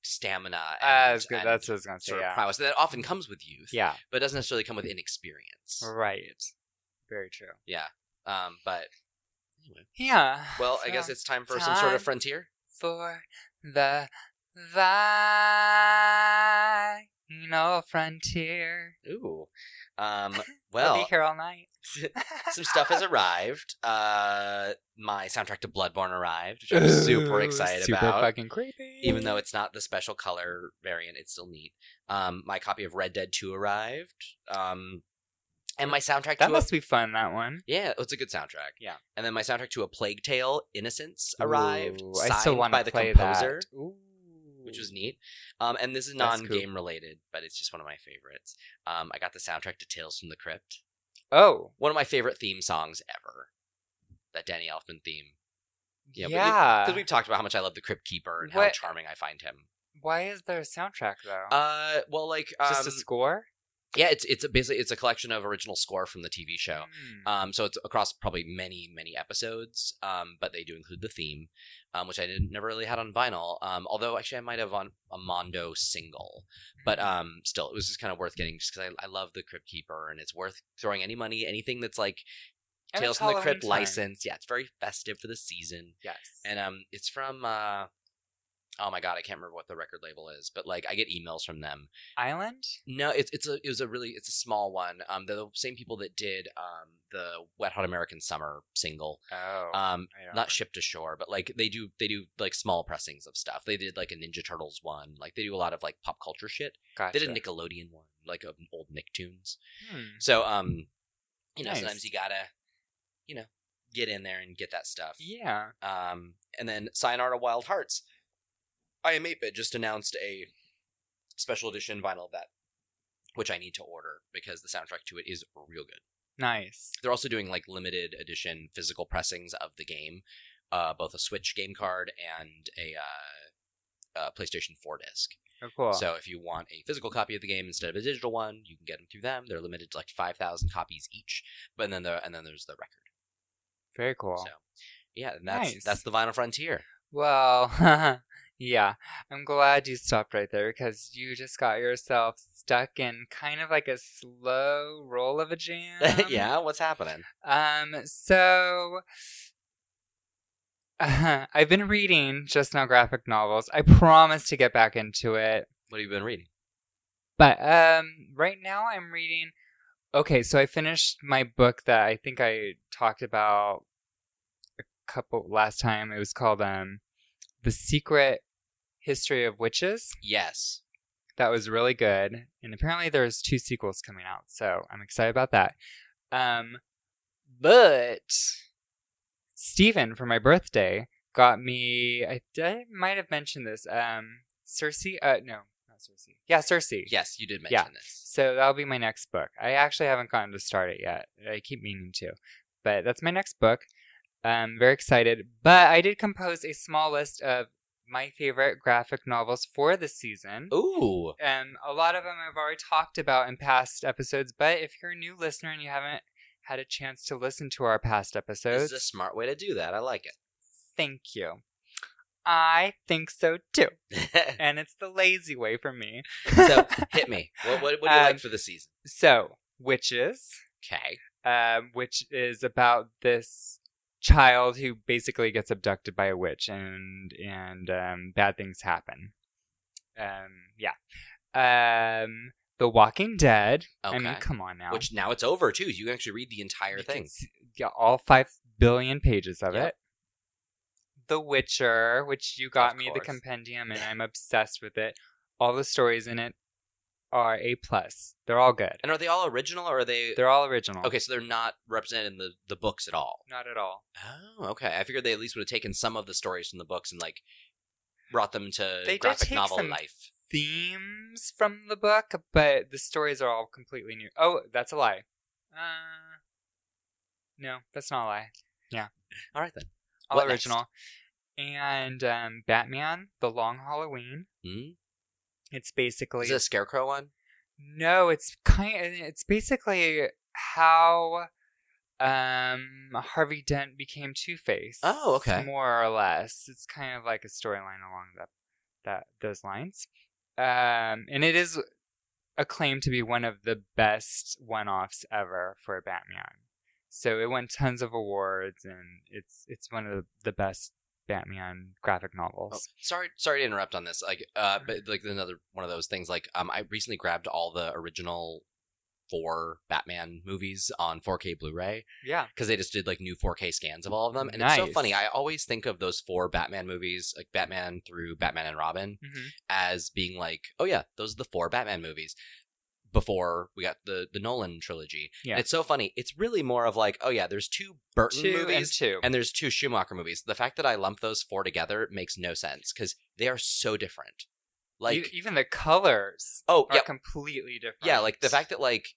S2: stamina.
S1: uh,
S2: And,
S1: that's, good.
S2: and
S1: that's what I was gonna say.
S2: sort of
S1: yeah.
S2: prowess that often comes with youth,
S1: yeah,
S2: but doesn't necessarily come with inexperience.
S1: right. Very true.
S2: Um, but anyway,
S1: Yeah.
S2: well, I guess
S1: So,
S2: it's time for some sort of
S1: time.
S2: frontier.
S1: for the final frontier.
S2: Ooh, um,
S1: I'll be
S2: well,
S1: here all night.
S2: some stuff has arrived. Uh, my soundtrack to Bloodborne arrived, which I'm super
S1: Ooh,
S2: excited
S1: super
S2: about.
S1: fucking creepy.
S2: even though it's not the special color variant, it's still neat. Um, my copy of Red Dead Two arrived, um, and my soundtrack
S1: that
S2: to
S1: must be fun. That one.
S2: a, yeah, it's a good soundtrack.
S1: Yeah.
S2: and then my soundtrack to A Plague Tale: Innocence arrived,
S1: Ooh,
S2: signed
S1: I still want
S2: by
S1: to
S2: the
S1: play
S2: composer,
S1: that. Ooh.
S2: which was neat. Um, and this is
S1: That's cool.
S2: non-game related, but it's just one of my favorites. Um, I got the soundtrack to Tales from the Crypt,
S1: oh
S2: one of my favorite theme songs ever. That Danny Elfman theme, Yeah,
S1: yeah.
S2: but you- because we've talked about how much I love the Crypt Keeper and how
S1: Uh, What-
S2: charming I find him.
S1: Why is there a soundtrack though?
S2: Uh, well, like um,
S1: Just a score.
S2: Yeah, it's it's a basically it's a collection of original score from the TV show.
S1: Hmm.
S2: Um, so it's across probably many many episodes. Um, but they do include the theme, um, which I didn't never really had on vinyl. Um, although actually I might have on a Mondo single,
S1: Mm.
S2: but um, still it was just kind of worth getting just because I, I love the Crypt Keeper and it's worth throwing any money anything that's like
S1: And
S2: Tales
S1: it's
S2: from the
S1: Halloween
S2: Crypt
S1: time.
S2: license. Yeah, it's very festive for the season,
S1: Yes.
S2: and um, it's from uh, oh my god, I can't remember what the record label is, but like I get emails from them
S1: Island.
S2: no, it's it's a it was a really it's a small one. Um, they're the same people that did um the Wet Hot American Summer single.
S1: Oh.
S2: Um,
S1: I don't
S2: not shipped ashore, but like they do they do like small pressings of stuff. They did like a Ninja Turtles one. Like they do a lot of like pop culture shit.
S1: gotcha.
S2: They did a Nickelodeon one, like of old Nicktoons.
S1: Hmm.
S2: So um, you know
S1: Nice.
S2: sometimes you gotta, you know, get in there and get that stuff.
S1: Yeah.
S2: Um, and then Sayonara Wild Hearts. I am 8-Bit just announced a special edition vinyl of that, which I need to order because the soundtrack to it is real good.
S1: Nice.
S2: They're also doing like limited edition physical pressings of the game, uh, both a Switch game card and a uh, uh, PlayStation 4 disc.
S1: Oh, cool.
S2: So if you want a physical copy of the game instead of a digital one, you can get them through them. They're limited to like 5,000 copies each, but then the, and then there's the record.
S1: Very cool.
S2: So yeah, and that's
S1: Nice.
S2: that's the vinyl frontier.
S1: Well, yeah, I'm glad you stopped right there because you just got yourself stuck in kind of like a slow roll of a jam.
S2: yeah, what's happening?
S1: Um, so I've been reading just now graphic novels. I promise to get back into it.
S2: What have you been reading?
S1: But um, right now I'm reading. Okay, so I finished my book that I think I talked about a couple last time. It was called um, "The Secret History of Witches."
S2: Yes.
S1: That was really good, and apparently there's two sequels coming out, so I'm excited about that. Um, but Steven, for my birthday, got me. I, I might have mentioned this. Um, Cersei. Uh, no, not Cersei. Yeah, Cersei.
S2: Yes, you did mention
S1: Yeah.
S2: this.
S1: So that'll be my next book. I actually haven't gotten to start it yet. I keep meaning to, but that's my next book. I'm very excited. But I did compose a small list of my favorite graphic novels for the season.
S2: Ooh,
S1: Um, a lot of them I've already talked about in past episodes. But if you're a new listener and you haven't had a chance to listen to our past
S2: this is
S1: episodes,
S2: a smart way to do that. I like
S1: thank you. I think so too,
S2: it.
S1: and it's the lazy way for me.
S2: so hit me. What, what, what do you
S1: Um,
S2: like for the season?
S1: So witches.
S2: Okay.
S1: um, which is about this child who basically gets abducted by a witch and and um, bad things happen. Um, yeah. Um, The Walking Dead.
S2: Okay.
S1: I mean, come on now.
S2: Which now it's over too. You can actually read the entire
S1: You can
S2: thing.
S1: see- yeah, all five billion pages of
S2: Yep.
S1: it. The Witcher, which you got
S2: Of
S1: me the
S2: course.
S1: compendium, and I'm obsessed with it. All the stories in it are a plus. They're all good.
S2: And are they all original or are they?
S1: They're all original.
S2: okay, so they're not represented in the the books at all.
S1: Not at all.
S2: Oh, okay. I figured they at least would have taken some of the stories from the books and like brought them to
S1: They did
S2: graphic
S1: take
S2: novel
S1: some-
S2: life.
S1: themes from the book, but the stories are all completely new. Oh, that's a lie. Uh, no, that's not a lie.
S2: All right then.
S1: All
S2: What next?
S1: original. And um, Batman: The Long Halloween.
S2: Hmm?
S1: It's basically
S2: Is it a scarecrow one?
S1: no. It's kind. It's basically how um Harvey Dent became Two Face.
S2: Oh, okay.
S1: More or less, it's kind of like a storyline along that that those lines. Um, and it is acclaimed to be one of the best one-offs ever for Batman. So it won tons of awards, and it's it's one of the, the best Batman graphic novels.
S2: Oh, sorry, sorry to interrupt on this. Like, uh, but like another one of those things. Like, um, I recently grabbed all the original four Batman movies on 4K Blu-ray
S1: Yeah,
S2: because they just did like new 4K scans of all of them, and it's so
S1: Nice.
S2: funny. I always think of those four Batman movies, like Batman through Batman and Robin,
S1: Mhm.
S2: as being like, oh yeah, those are the four Batman movies. Before we got the the Nolan trilogy,
S1: Yeah.
S2: And it's so funny. It's really more of like, oh yeah, there's two Burton
S1: two
S2: movies,
S1: and two.
S2: and there's two Schumacher movies. The fact that I lump those four together makes no sense because they are so different. Like,
S1: E- even the colors
S2: oh
S1: are
S2: yeah,
S1: completely different.
S2: yeah, like the fact that like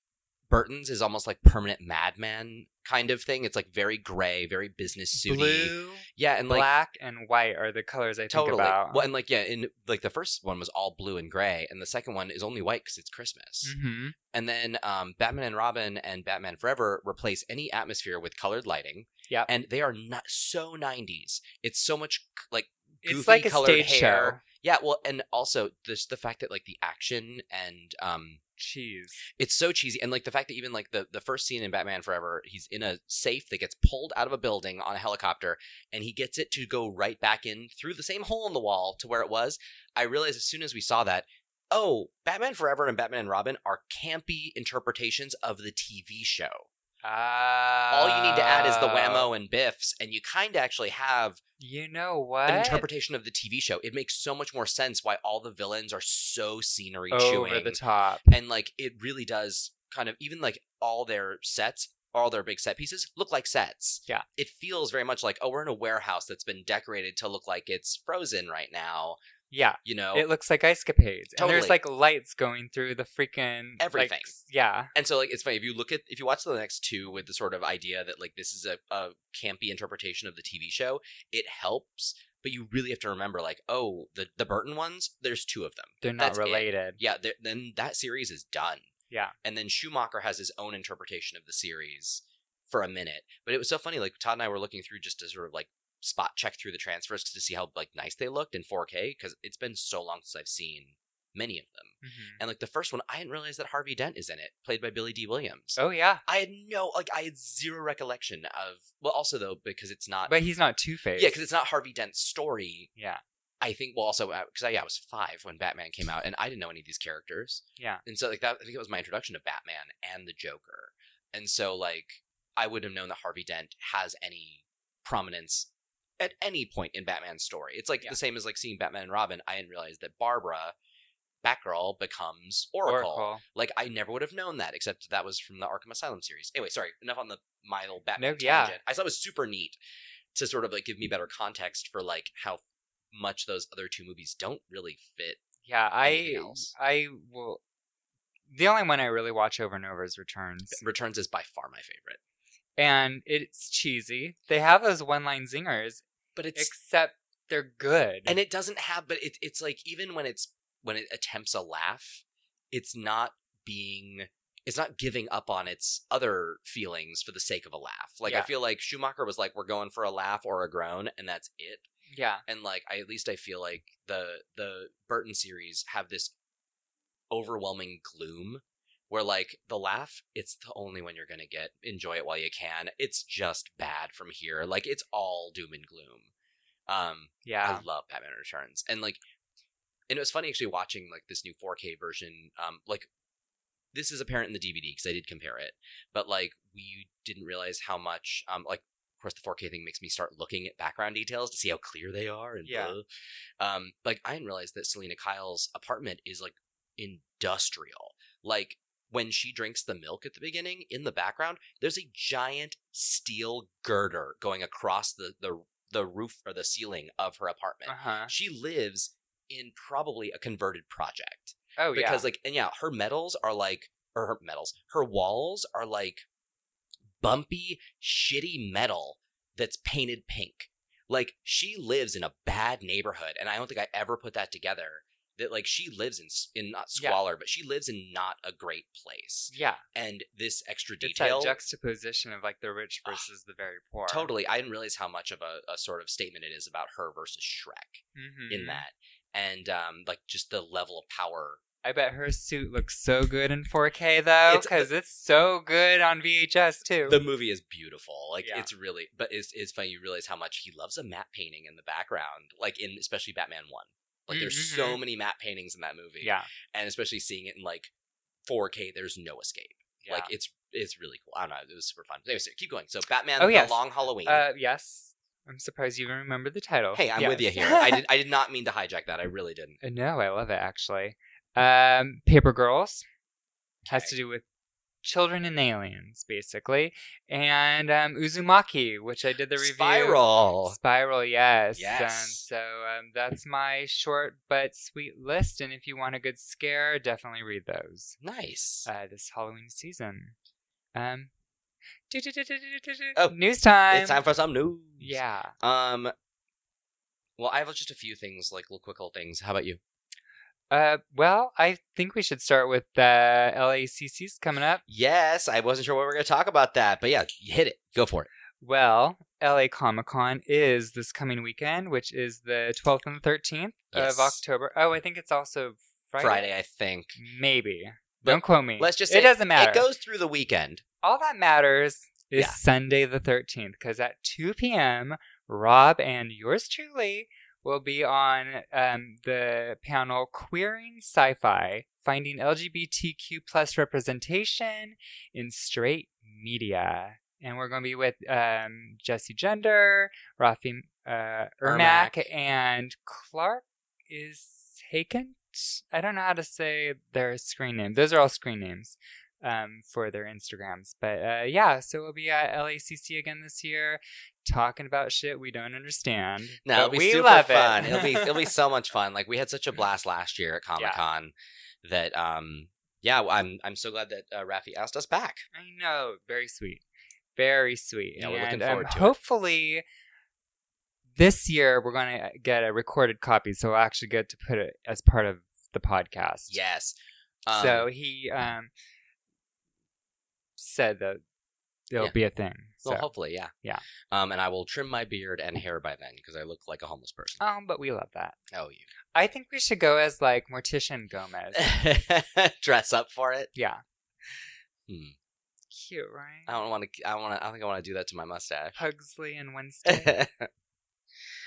S2: Burton's is almost like permanent madman kind of thing. It's like very gray, very business suity.
S1: blue,
S2: yeah, and like
S1: black, and white are the colors I
S2: totally.
S1: think about.
S2: Well, and like yeah, in like the first one was all blue and gray, and the second one is only white because it's Christmas.
S1: hmm
S2: And then um, Batman and Robin and Batman Forever replace any atmosphere with colored lighting.
S1: Yep.
S2: and they are not so '90s. It's so much like
S1: It's
S2: goofy
S1: like a
S2: colored
S1: stage
S2: hair.
S1: show.
S2: Yeah, well, and also this the fact that like the action and um
S1: Cheese.
S2: it's so cheesy and like the fact that even like the the first scene in Batman Forever, he's in a safe that gets pulled out of a building on a helicopter and he gets it to go right back in through the same hole in the wall to where it was. I realized as soon as we saw that, oh, Batman Forever and Batman and Robin are campy interpretations of the TV show.
S1: Uh,
S2: All you need to add is the
S1: Oh.
S2: whammo and biffs and you kind of actually have
S1: You know what?
S2: an interpretation of the TV show. It makes so much more sense why all the villains are so scenery
S1: Over
S2: chewing,
S1: the top.
S2: and like it really does kind of even like all their sets, all their big set pieces look like sets.
S1: Yeah.
S2: it feels very much like oh, we're in a warehouse that's been decorated to look like it's frozen right now.
S1: Yeah.
S2: You know,
S1: It looks like ice capades. And
S2: Oh. Totally.
S1: there's like lights going through the freaking like,
S2: Everything.
S1: s- yeah.
S2: and so like it's funny if you look at if you watch the next two with the sort of idea that like this is a, a campy interpretation of the tv show it helps but you really have to remember like oh the the burton ones there's two of them
S1: They're not
S2: That's it.
S1: related.
S2: yeah th- then that series is done
S1: Yeah.
S2: and then schumacher has his own interpretation of the series for a minute but it was so funny like todd and i were looking through just to sort of like spot check through the transfers to see how like nice they looked in 4k because it's been so long since i've seen many of them
S1: Mhm.
S2: and like the first one i didn't realize that harvey dent is in it played by billy d williams
S1: Oh yeah.
S2: i had no like i had zero recollection of well also though because it's not
S1: But he's not two faced.
S2: Uh, yeah because it's not harvey dent's story
S1: Yeah.
S2: I think well also because I, yeah, I was five when Batman came out and I didn't know any of these characters.
S1: Yeah.
S2: and so like that I think it was my introduction to Batman and the Joker, and so like I wouldn't have known that Harvey Dent has any prominence at any point in Batman's story. It's like
S1: Yeah.
S2: the same as like seeing Batman and Robin. I didn't realize that Barbara. Batgirl becomes Oracle. Like I never would have known that, except that was from the Arkham Asylum series. Anyway, sorry. Enough on the my little Batman
S1: No, yeah.
S2: tangent. I thought it was super neat, to sort of like give me better context for like how much those other two movies don't really fit.
S1: Yeah, I
S2: Anything else?
S1: I will. The only one I really watch over and over is Returns,
S2: Returns is by far my favorite,
S1: and it's cheesy. They have those one-line zingers,
S2: but it's
S1: except they're good.
S2: and it doesn't have but it, it's like even when it's when it attempts a laugh it's not being it's not giving up on its other feelings for the sake of a laugh like i
S1: Yeah.
S2: feel like schumacher was like we're going for a laugh or a groan and that's it
S1: yeah,
S2: and like i at least i feel like the the burton series have this overwhelming gloom where like the laugh it's the only one you're gonna get enjoy it while you can it's just bad from here like it's all doom and gloom um
S1: yeah.
S2: I love Batman Returns, and like, and it was funny actually watching like this new 4K version. Um, like, this is apparent in the DVD because I did compare it, but like we didn't realize how much. Um, like, of course, the 4K thing makes me start looking at background details to see how clear they are. And
S1: Yeah.
S2: blah. um, like I didn't realize that Selena Kyle's apartment is like industrial. Like when she drinks the milk at the beginning, in the background, there's a giant steel girder going across the the the roof or the ceiling of her apartment.
S1: Uh huh.
S2: She lives in probably a converted project
S1: Oh yeah.
S2: because like and yeah, her metals are like or her metals, her walls are like bumpy, shitty metal that's painted pink. Like she lives in a bad neighborhood, and I don't think I ever put that together. That like she lives in s- in not
S1: Yeah.
S2: squalor, but she lives in not a great place.
S1: yeah,
S2: And this extra
S1: it's
S2: detail,
S1: that juxtaposition of like the rich
S2: Ah,
S1: versus the very poor.
S2: totally, I didn't realize how much of a, a sort of statement it is about her versus Shrek
S1: Mhm.
S2: in that, and um, like just the level of power
S1: I bet her suit looks so good in 4K though,
S2: It's- uh,
S1: because it's so good on VHS too.
S2: the movie is beautiful. Like
S1: Yeah.
S2: it's really, but it's it's funny. You realize how much he loves a matte painting in the background, like in especially Batman One. Like there's so
S1: Mhm.
S2: many matte paintings in that movie,
S1: yeah,
S2: and especially seeing it in like 4K. There's no escape.
S1: yeah.
S2: Like it's it's really cool. I don't know. It was super fun. Anyway, so keep going. So Batman:
S1: Oh,
S2: The
S1: yes.
S2: Long Halloween.
S1: uh, yes, I'm surprised you even remember the title.
S2: hey, I'm
S1: Yes.
S2: with you here. I did I did not mean to hijack that. I really didn't.
S1: Uh, No, I love it actually. Um, Paper Girls has
S2: Mm. Okay.
S1: to do with children and aliens, basically, and um, Uzumaki, which I did the review.
S2: Spiral.
S1: Spiral, yes. And
S2: Yes.
S1: so um, that's my short but sweet list. And if you want a good scare, definitely read those
S2: Nice.
S1: uh, this Halloween season. Um,
S2: Oh,
S1: news time.
S2: it's time for some news.
S1: Uh, Yeah.
S2: Um. Well, I have just a few things, like little quick little things. How about you?
S1: Uh, well, I think we should start with uh, the LACC's coming up.
S2: Yes, I wasn't sure what we were going to talk about that, but yeah, hit it. Go for it.
S1: Well, LA Comic Con is this coming weekend, which is the 12th and 13th
S2: Yes.
S1: of October. Oh, I think it's also Friday.
S2: Friday, I think.
S1: Maybe.
S2: But
S1: Don't quote me.
S2: Let's just say
S1: It doesn't matter.
S2: It goes through the weekend.
S1: All that matters is
S2: Yeah.
S1: Sunday the 13th, because at 2 p.m., Rob and yours truly will be on um, the panel Queering Sci Fi Finding LGBTQ plus Representation in Straight Media. And we're going to be with um, Jesse Gender, Rafi uh, Ermac,
S2: Ermac.
S1: and Clark is Hakent. I don't know how to say their screen name. Those are all screen names um, for their Instagrams. But uh, yeah, so we'll be at LACC again this year, talking about shit we don't understand.
S2: No,
S1: but
S2: it'll be
S1: we
S2: super
S1: love
S2: fun.
S1: it.
S2: it'll be it'll be so much fun. Like we had such a blast last year at Comic Con that um yeah, I'm I'm so glad that uh, Rafi asked us back.
S1: I know, very sweet, very sweet.
S2: Yeah, we're looking
S1: And, um,
S2: forward to it.
S1: hopefully. This year we're gonna get a recorded copy, so we'll actually get to put it as part of the podcast.
S2: Yes. Um,
S1: so he um said that it'll
S2: Yeah.
S1: be a thing. So.
S2: well, hopefully, yeah,
S1: Yeah.
S2: Um, and I will trim my beard and hair by then because I look like a homeless person.
S1: um, but we love that.
S2: Oh,
S1: I think we should go as like Mortician Gomez.
S2: you dress up for it.
S1: yeah.
S2: Hmm. Oh.
S1: Cute, right?
S2: I don't want to. I want to. I don't think I want to do that to my mustache.
S1: Pugsley and Winston.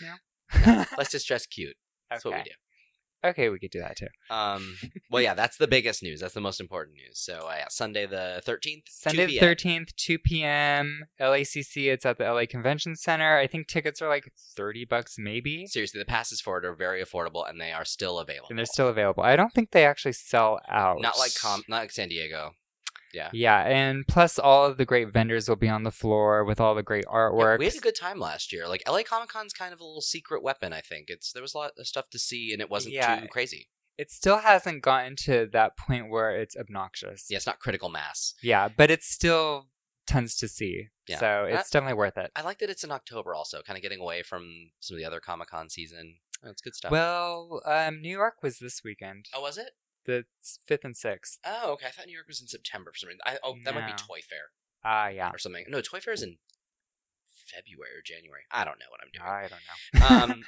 S2: Let's
S1: okay.
S2: just dress cute. That's what we do.
S1: Okay, we could do that too.
S2: Um, well, yeah, that's the biggest news. That's the most important news. So, uh, yeah, Sunday the 13th. 2
S1: Sunday the
S2: p.m.
S1: thirteenth, two p.m. LACC. It's at the LA Convention Center. I think tickets are like thirty bucks, maybe,
S2: Seriously, the passes for it are very affordable and they are still available.
S1: and they're still available. I don't think they actually sell out.
S2: Not like com- not like San Diego. Yeah.
S1: Yeah, and plus all of the great vendors will be on the floor with all the great
S2: Yeah,
S1: artwork.
S2: we had a good time last year. Like LA Comic Con's kind of a little secret weapon. I think it's there was a lot of stuff to see, and it wasn't
S1: Yeah.
S2: too crazy.
S1: it still hasn't gotten to that point where it's obnoxious.
S2: Yeah, it's not critical mass.
S1: Yeah, but it's still tons to see.
S2: Yeah.
S1: So
S2: And I-
S1: it's definitely worth it.
S2: I like that it's in October, also, kind of getting away from some of the other Comic Con season. That's good stuff.
S1: Well, um, New York was this weekend,
S2: oh, was it?
S1: the s- fifth and sixth.
S2: Oh, okay. I thought New York was in September for some reason. I, oh, that might be
S1: No.
S2: Toy Fair
S1: Ah, yeah.
S2: or something. No, Toy Fair is in February or January. I don't know what I'm
S1: I
S2: doing.
S1: don't know.
S2: um,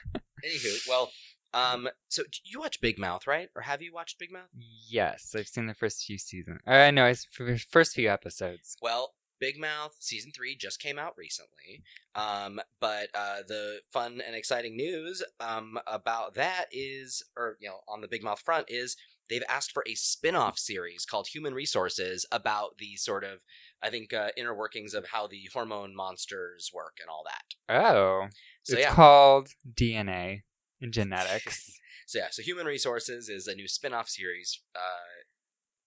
S2: anywho, well, um, so d- you watch Big Mouth, right? Or have you watched Big Mouth?
S1: Yes, I've seen the first few seasons. Uh, no, it's f- first few episodes.
S2: Well, Big Mouth season three just came out recently. Um, but uh, the fun and exciting news um, about that is, or you know, on the Big Mouth front is they've asked for a spin-off series called Human Resources about the sort of, I think, uh, inner workings of how the hormone monsters work and all that.
S1: Oh,
S2: So
S1: it's
S2: yeah,
S1: called DNA and genetics.
S2: so yeah, so Human Resources is a new spin-off series uh,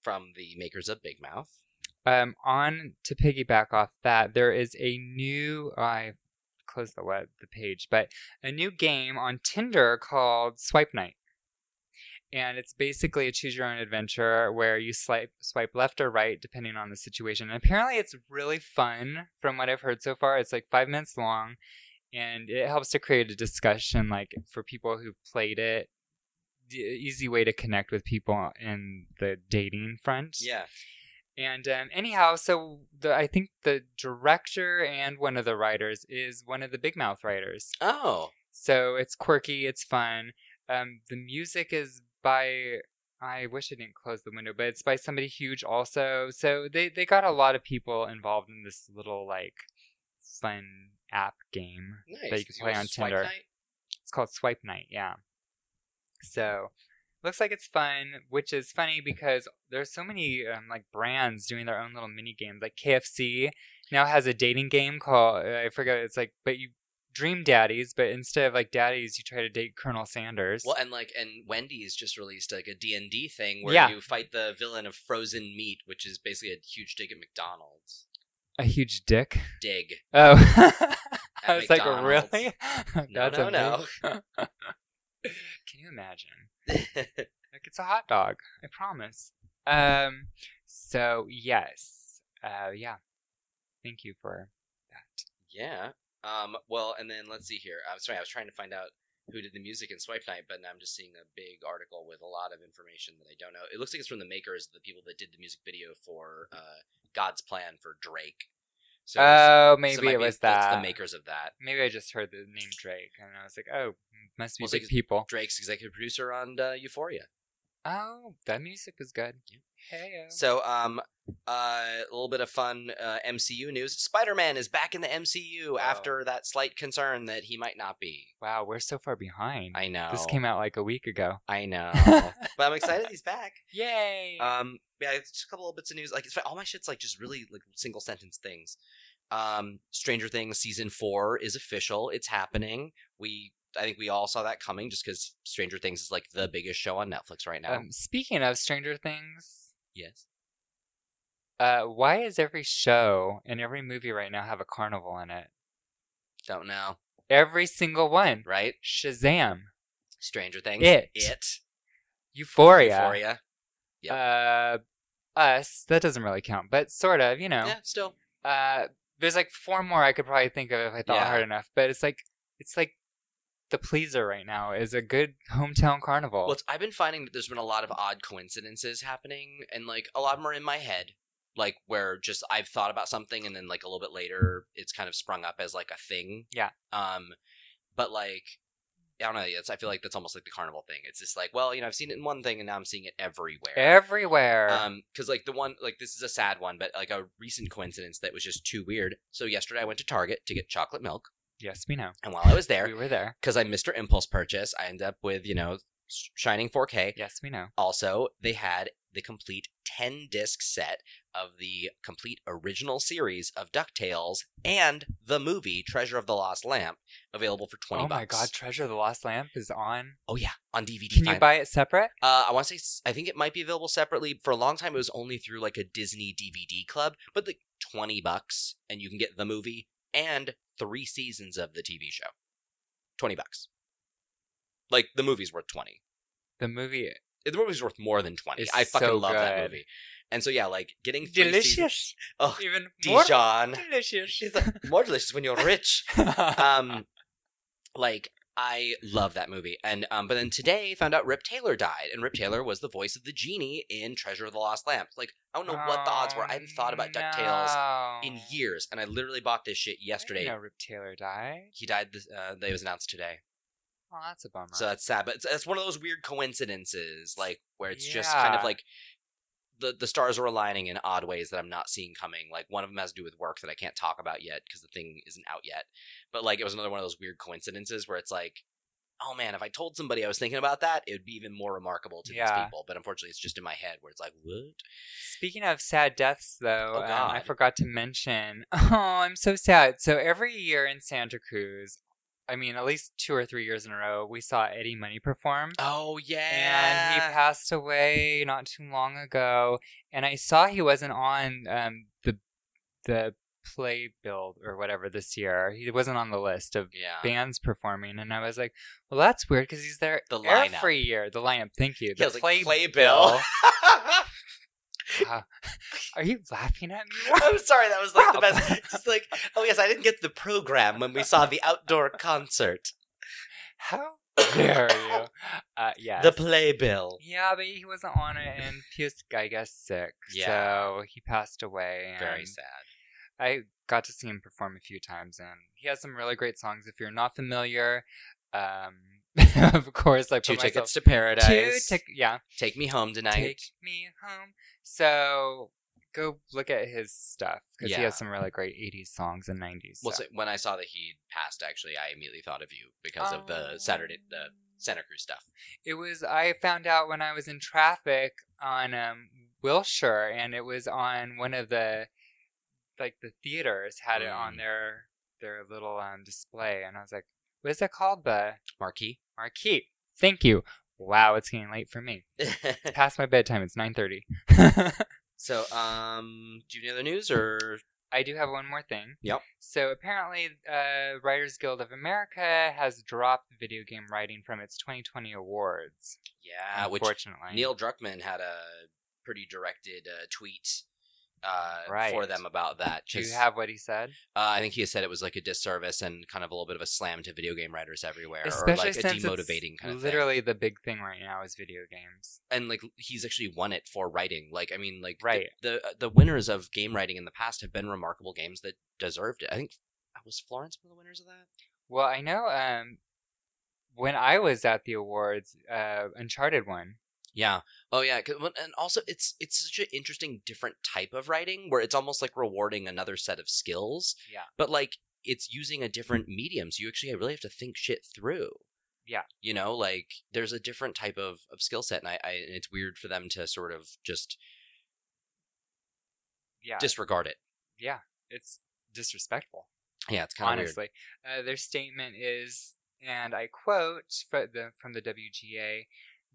S2: from the makers of Big Mouth.
S1: um, on to piggyback off that, there is a new oh, I closed the web the page, but a new game on Tinder called Swipe Night. And it's basically a choose your own adventure where you swipe swipe left or right depending on the situation. And apparently it's really fun from what I've heard so far. It's like 5 minutes long and it helps to create a discussion like for people who've played it. D- easy way to connect with people in the dating front.
S2: Yeah,
S1: And um, anyhow, so the, I think the director and one of the writers is one of the Big Mouth writers.
S2: Oh,
S1: So it's quirky, it's fun. Um, the music is by I wish I didn't close the window, but it's by somebody huge also. So they they got a lot of people involved in this little like fun app game.
S2: nice.
S1: That you can play on
S2: Swipe
S1: Tinder.
S2: Night?
S1: It's called Swipe Night, yeah. So looks like it's fun, which is funny because there's so many um, like brands doing their own little mini games. Like KFC now has a dating game called I forget it's like but you dream daddies, but instead of like daddies, you try to date Colonel Sanders.
S2: Well, and like, and Wendy's just released like a D and D thing where
S1: Yeah.
S2: you fight the villain of frozen meat, which is basically a huge dig at McDonald's.
S1: A huge dick.
S2: Dig.
S1: Oh,
S2: At
S1: I was
S2: McDonald's.
S1: like, really?
S2: No, no, no.
S1: amazing. Can you imagine? Like it's a hot dog. I promise. Um. So yes. Uh. Yeah. Thank you for.
S2: yeah. Um. Well, and then let's see here. I'm sorry, I was trying to find out who did the music in Swipe Night, but now I'm just seeing a big article with a lot of information that I don't know. It looks like it's from the makers, the people that did the music video for uh, God's Plan for Drake. So it's-
S1: oh,
S2: so it
S1: maybe
S2: might
S1: it
S2: be-
S1: was
S2: that's
S1: that.
S2: the makers of that.
S1: Maybe I just heard the name Drake, and I was like, oh, must be
S2: Well, it's
S1: big
S2: like-
S1: people.
S2: Drake's executive producer on uh, Euphoria.
S1: Oh, that music was good. Hey.
S2: So, um, uh, a little bit of fun uh, MCU news. Spider Man is back in the MCU after that slight concern that he might not be.
S1: Wow, we're so far behind.
S2: I know.
S1: This came out like a week ago.
S2: I know. but I'm excited he's back.
S1: Yay!
S2: Um, yeah, it's just a couple of bits of news. Like, it's, all my shit's like just really like single sentence things. Um, Stranger Things season four is official. It's happening. We, I think we all saw that coming just because Stranger Things is like the biggest show on Netflix right now.
S1: um, speaking of Stranger Things,
S2: yes.
S1: uh, why is every show and every movie right now have a carnival in it?
S2: Don't know.
S1: Every single one.
S2: Right?
S1: Shazam.
S2: Stranger Things.
S1: It.
S2: It.
S1: Euphoria.
S2: Euphoria.
S1: Uh, us. That doesn't really count, but sort of, you know.
S2: Yeah, still.
S1: Uh, there's like four more I could probably think of if I thought
S2: Yeah.
S1: hard enough, but it's like it's like the pleaser right now is a good hometown carnival.
S2: Well, it's, I've been finding that there's been a lot of odd coincidences happening, and like a lot of them are in my head, like where just I've thought about something, and then like a little bit later, it's kind of sprung up as like a thing.
S1: Yeah.
S2: Um, but like. I don't know. It's, I feel like that's almost like the carnival thing. It's just like, well, you know, I've seen it in one thing, and now I'm seeing it everywhere.
S1: Everywhere.
S2: Um, because like the one, like this is a sad one, but like a recent coincidence that was just too weird. So yesterday, I went to Target to get chocolate milk,
S1: yes, we know.
S2: and while I was
S1: We
S2: there,
S1: were there.
S2: because I'm Mr. Impulse Purchase, I end up with you know, shining 4K.
S1: Yes, we know.
S2: Also, they had the complete 10 disc set of the complete original series of DuckTales and the movie Treasure of the Lost Lamp, available for twenty
S1: oh
S2: bucks.
S1: my god, Treasure of the Lost Lamp is on.
S2: Oh yeah, on DVD.
S1: Can you
S2: finally.
S1: buy it separate?
S2: Uh, I want to say s- I think it might be available separately. For a long time, it was only through like a Disney DVD club, but like twenty bucks, and you can get the movie and three seasons of the TV show. Twenty bucks. Like the movie's worth twenty.
S1: The movie
S2: The movie's worth more than twenty.
S1: It's
S2: I fucking
S1: so
S2: love that
S1: good.
S2: movie. And so yeah, like getting three seasons-
S1: delicious.
S2: Oh,
S1: even more
S2: Dijon.
S1: delicious.
S2: It's like, more delicious when you're rich. Um, like I love that movie, and um, but then today found out Rip Taylor died, and Rip Taylor was the voice of the genie in Treasure of the Lost Lamp. Like I don't know what the odds were. I hadn't thought about Ducktales
S1: Oh,
S2: in
S1: no.
S2: years, and I literally bought this shit
S1: I
S2: yesterday.
S1: didn't know Rip Taylor died.
S2: He died. This, uh, it was announced today,
S1: Well, that's a bummer.
S2: so that's sad. But it's, it's one of those weird coincidences, like where it's just kind of
S1: Yeah.
S2: like the the stars are aligning in odd ways that I'm not seeing coming. Like one of them has to do with work that I can't talk about yet because the thing isn't out yet. But like it was another one of those weird coincidences where it's like, oh man, if I told somebody I was thinking about that, it would be even more remarkable to these
S1: Yeah.
S2: people. But unfortunately, it's just in my head where it's like, what?
S1: Speaking of sad deaths, though,
S2: Oh,
S1: um, I
S2: God.
S1: forgot to mention. Oh, I'm so sad. So every year in Santa Cruz, I mean, at least two or three years in a row, we saw Eddie Money perform.
S2: Oh
S1: And he
S2: yeah,
S1: passed away not too long ago. And I saw he wasn't on um, the the play build or whatever this year. He wasn't on the list of
S2: yeah.
S1: bands performing, and I was like, "Well, that's weird because he's there
S2: The lineup.
S1: every year." The lineup, thank you.
S2: Yeah,
S1: The
S2: I was like, Playbill.
S1: bill. Wow. Are you laughing at me?
S2: I'm sorry, that was like the
S1: Rob.
S2: best. It's like, oh yes, I didn't get the program when we saw the outdoor concert,
S1: How dare you? Uh, yeah.
S2: the playbill.
S1: yeah, but he wasn't on it, and he was, I guess, sick.
S2: Yeah.
S1: So he passed away. And
S2: Very sad.
S1: I got to see him perform a few times, and he has some really great songs. If you're not familiar, um, of course, I
S2: Two
S1: put
S2: tickets
S1: myself-
S2: to paradise.
S1: Two tic- yeah.
S2: Take me home tonight.
S1: Take me home. So go look at his stuff because he
S2: Yeah.
S1: has some really great 80s songs and 90s.
S2: Well,
S1: stuff.
S2: so when I saw that he passed, actually, I immediately thought of you because of the Saturday, the
S1: Um.
S2: Santa Cruz stuff.
S1: It was, I found out when I was in traffic on um, Wilshire, and it was on one of the, like, the theaters had it on
S2: Mm.
S1: their their little um, display. And I was like, what is it called? The
S2: Marquee.
S1: marquee. Thank you. Wow, it's getting late for me. It's past my bedtime. It's 9.30.
S2: so, um, do you have any other news or?
S1: I do have one more thing.
S2: Yep.
S1: So apparently, uh, Writers Guild of America has dropped video game writing from its 2020 awards.
S2: Yeah, which
S1: unfortunately,
S2: Neil Druckmann had a pretty directed uh, tweet uh,
S1: Right.
S2: for them about that.
S1: do you
S2: just-
S1: have what he said?
S2: Uh, I think he said it was like a disservice and kind of a little bit of a slam to video game writers everywhere,
S1: Especially
S2: or like a
S1: since
S2: demotivating
S1: it's
S2: kind of thing.
S1: literally the big thing right now is video games.
S2: and like he's actually won it for writing. Like I mean, like the-
S1: Right.
S2: the uh, the, winners of game writing in the past have been remarkable games that deserved it. I think was Florence one of the winners of that.
S1: Well, I know. Um, when I was at the awards, uh, Uncharted one.
S2: Yeah. Oh yeah. 'Cause- well, And also, it's it's such an interesting, different type of writing where it's almost like rewarding another set of skills.
S1: Yeah.
S2: But like it's using a different medium, so you actually really have to think shit through.
S1: Yeah.
S2: You know, like there's a different type of, of skill set, and I, I and it's weird for them to sort of just
S1: Yeah,
S2: disregard it.
S1: yeah, it's disrespectful.
S2: Yeah, it's kind of weird.
S1: honestly. Uh, their statement is, and I quote from the, from the WGA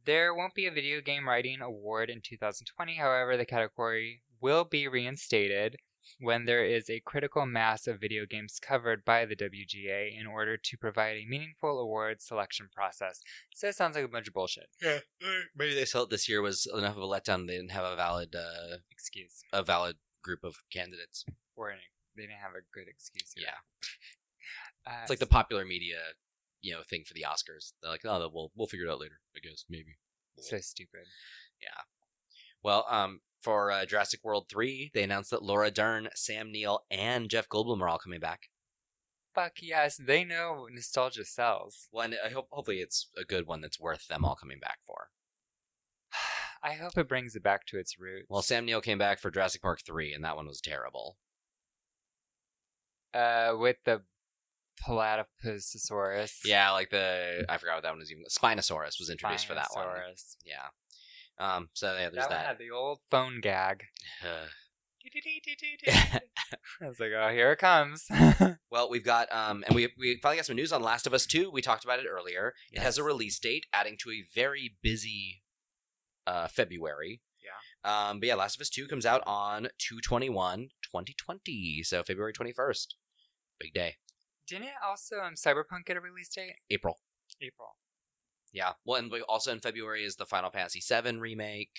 S1: there won't be a video game writing award in 2020. However, the category will be reinstated when there is a critical mass of video games covered by the WGA in order to provide a meaningful award selection process. So it sounds like a bunch of bullshit.
S2: Yeah. eh, Maybe they felt this year was enough of a letdown. They didn't have a valid uh,
S1: Excuse.
S2: a valid group of candidates.
S1: Or an, they didn't have a good excuse. here.
S2: Yeah.
S1: Uh,
S2: It's like the popular media, you know, thing for the Oscars. They're like, oh, we'll we'll figure it out later. I guess maybe.
S1: so stupid.
S2: Well, um, for uh, Jurassic World three, they announced that Laura Dern, Sam Neill, and Jeff Goldblum are all coming back.
S1: Fuck yes, they know nostalgia sells.
S2: One, I hope hopefully it's a good one that's worth them all coming back for.
S1: I hope it brings it back to its roots.
S2: Well, Sam Neill came back for Jurassic Park three, and that one was terrible.
S1: uh, with the platypusosaurus.
S2: Yeah, like the I forgot what that one was even. Spinosaurus was introduced for that one.
S1: Spinosaurus.
S2: Yeah. Um. So yeah, there's
S1: That one
S2: that.
S1: had the old phone gag.
S2: Ugh.
S1: I was like, oh, here it comes.
S2: Well, we've got um, and we we finally got some news on Last of Us Two. We talked about it earlier. It has a
S1: Yes.
S2: release date, adding to a very busy uh, February.
S1: Yeah.
S2: Um, but yeah, Last of Us Two comes out on 221, 2020. so February twenty first. Big day,
S1: Didn't it also um, Cyberpunk get a release date?
S2: April.
S1: April.
S2: Yeah. Well, and we- also in February is the Final Fantasy Seven remake.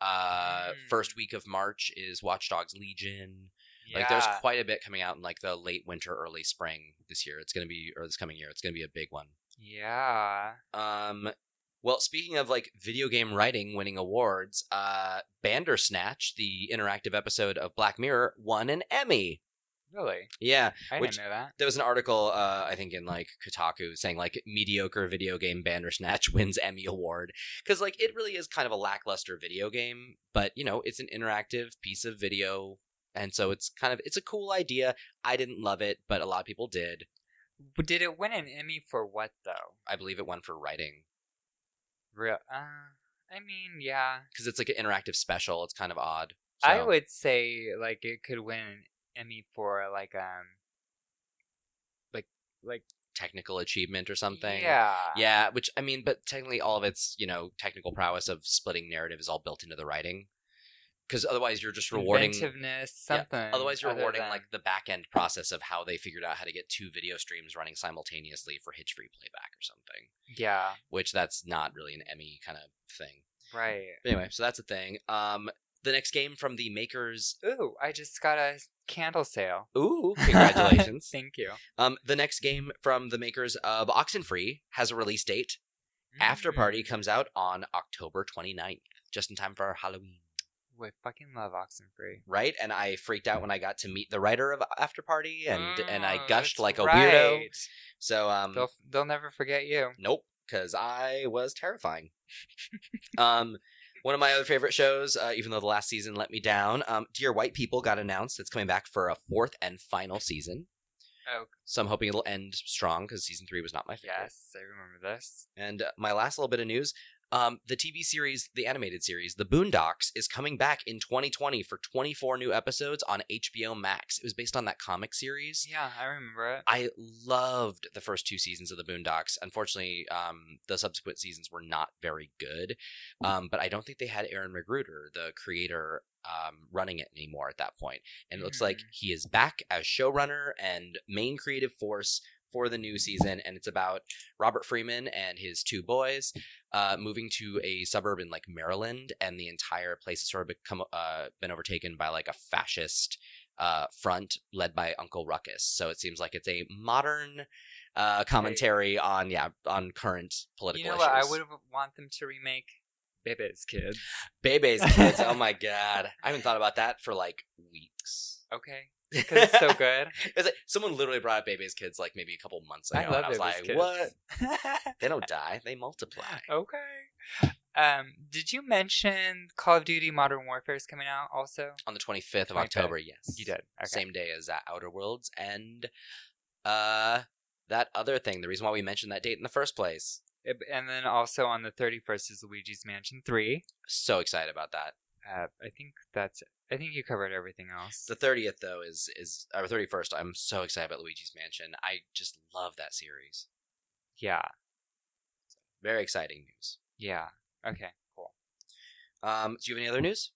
S2: Uh,
S1: Mm.
S2: First week of March is Watch Dogs Legion. Like, there's
S1: Yeah.
S2: quite a bit coming out in like the late winter, early spring this year. It's gonna be or this coming year. It's gonna be a big one.
S1: yeah.
S2: Um, well, speaking of like video game writing winning awards, uh, Bandersnatch, the interactive episode of Black Mirror, won an Emmy.
S1: Really?
S2: Yeah,
S1: I
S2: Which-
S1: didn't know that.
S2: there was an article uh, I think in like Kotaku saying like mediocre video game Bandersnatch wins Emmy award because like it really is kind of a lackluster video game, but you know it's an interactive piece of video, and so it's kind of it's a cool idea. I didn't love it, but a lot of people did.
S1: But Did it win an Emmy for what though?
S2: I believe it won for writing
S1: Real? Uh, I mean, yeah.
S2: because it's like an interactive special. It's kind of odd.
S1: I
S2: So-
S1: would say like it could win an Emmy for like um
S2: technical achievement or something.
S1: Yeah.
S2: Yeah, which I mean, but technically all of its, you know, technical prowess of splitting narrative is all built into the writing. Cuz otherwise you're just rewarding
S1: inventiveness,
S2: Yeah,
S1: something.
S2: otherwise you're
S1: other
S2: rewarding
S1: than-
S2: like the back end process of how they figured out how to get two video streams running simultaneously for hitch free playback or something,
S1: yeah,
S2: which that's not really an Emmy kind of thing.
S1: right.
S2: But anyway, so that's a thing. Um the next game from the makers
S1: Ooh, I just got a candle sale.
S2: Ooh, congratulations.
S1: Thank you.
S2: um the next game from the makers of Oxenfree has a release date After
S1: Mm-hmm.
S2: Party comes out on October 29th, just in time for Halloween,
S1: Mm, I fucking love Oxenfree.
S2: right? And I freaked out when I got to meet the writer of After Party and and I
S1: Oh,
S2: gushed
S1: that's
S2: like a weirdo.
S1: right.
S2: So um
S1: They'll they'll never forget you.
S2: nope, cuz I was terrifying. um one of my other favorite shows, uh, even though the last season let me down, um, Dear White People got announced. It's coming back for a fourth and final season.
S1: Oh.
S2: So I'm hoping it'll end strong because season three was not my favorite.
S1: Yes, I remember this.
S2: And uh, my last little bit of news um, the TV series, the animated series, The Boondocks, is coming back in 2020 for 24 new episodes on HBO Max. It was based on that comic series.
S1: Yeah, I remember it.
S2: I loved the first two seasons of The Boondocks. Unfortunately, um, the subsequent seasons were not very good. Um, but I don't think they had Aaron Magruder, the creator, um, running it anymore at that point. And it looks like
S1: Hmm.
S2: he is back as showrunner and main creative force for the new season. And it's about Robert Freeman and his two boys uh, moving to a suburb in like Maryland, and the entire place has sort of become uh, been overtaken by like a fascist uh, front led by Uncle Ruckus. So it seems like it's a modern uh, commentary on yeah on current political
S1: You know
S2: issues.
S1: what? I would want them to remake Bebe's Kids.
S2: Bebe's kids. oh my god, I haven't thought about that for like weeks.
S1: Okay, because it's so good.
S2: It's like- someone literally brought up Bebe's kids like maybe a couple months ago,
S1: I
S2: and
S1: love
S2: I was
S1: Bebe's
S2: like,
S1: Kids.
S2: what? They don't die; they multiply.
S1: okay. Um, did you mention Call of Duty Modern Warfare is coming out also?
S2: On the twenty fifth of
S1: 25th.
S2: October, yes,
S1: You did. Okay.
S2: same day as that Outer Worlds and uh that other thing. The reason why we mentioned that date in the first place.
S1: It- And then also on the 31st is Luigi's Mansion 3.
S2: So excited about that.
S1: Uh, I think that's I think you covered everything else.
S2: The thirtieth though is is or thirty first. I'm so excited about Luigi's Mansion. I just love that series.
S1: yeah.
S2: Very exciting news.
S1: Yeah. Okay. Cool.
S2: Um, do you have any other news?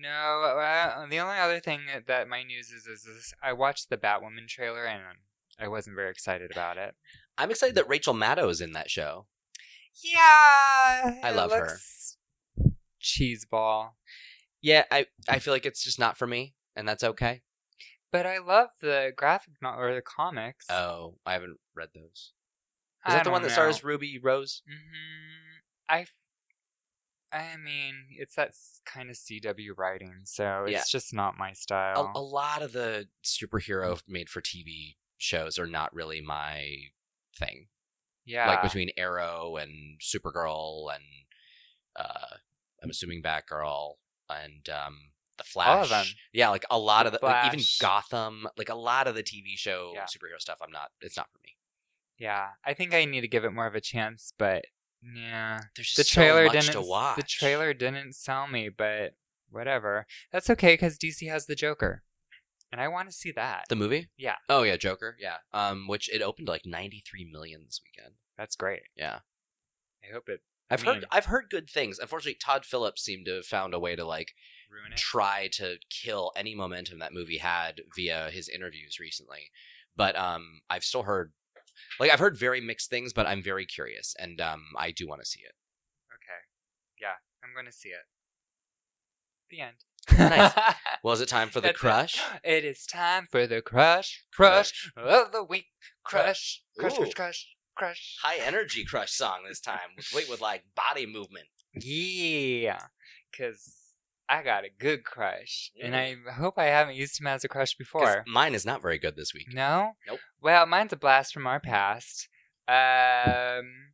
S1: No, uh, the only other thing that- that my news is is this, I watched the Batwoman trailer and um, I wasn't very excited about it.
S2: I'm excited that Rachel Maddow is in that show.
S1: Yeah. I
S2: love her.
S1: her. Cheese ball.
S2: Yeah, I I feel like it's just not for me, and that's okay.
S1: But I love the graphic no- or the comics.
S2: Oh, I haven't read those.
S1: I
S2: Is that the
S1: don't
S2: one that
S1: know.
S2: stars Ruby Rose?
S1: Mm-hmm. I, f- I mean, it's that s- kind of CW writing, so it's
S2: Yeah.
S1: just not my
S2: A,
S1: style.
S2: a lot of
S1: Mm.
S2: the superhero made for TV shows are not really my thing.
S1: yeah,
S2: Like between Arrow and Supergirl and uh, I'm assuming Batgirl and um, the Flash.
S1: Mm. All of them.
S2: Yeah, like a lot of the
S1: The
S2: like, even
S1: Flash.
S2: Gotham, like a lot of the TV show
S1: Yeah.
S2: superhero stuff. I'm not. It's not for me.
S1: yeah. I think I need to give it more of a chance, but yeah,
S2: There's just
S1: the trailer
S2: so much
S1: didn't.
S2: to
S1: s-
S2: watch.
S1: The trailer didn't sell me, but whatever. That's okay because DC has the Joker, and I want to see that.
S2: The movie?
S1: Yeah.
S2: Oh yeah, Joker. Yeah. Um, which it opened to like 93 million this weekend.
S1: That's great.
S2: Yeah.
S1: I hope it
S2: I've
S1: I mean-
S2: heard I've heard good things. Unfortunately, Todd Phillips seemed to have found a way to like
S1: ruin it.
S2: try to kill any momentum that movie had via his interviews recently. But um, I've still heard like I've heard very mixed things, but I'm very curious and um, I do want to see it.
S1: Okay. Yeah, I'm going to see it. The end.
S2: Nice. Well, is it time for the
S1: That's it.
S2: crush?
S1: It is time for the crush, crush of the week. Crush, crush,
S2: Ooh.
S1: crush, crush, crush.
S2: High energy crush song this time. Wait with like body movement.
S1: Yeah, because I got a good crush, and I
S2: Mm.
S1: hope I haven't used him as a crush
S2: 'Cause
S1: before.
S2: Mine is not very good this week.
S1: No.
S2: mm, Nope.
S1: Well, mine's a blast from our past. Um,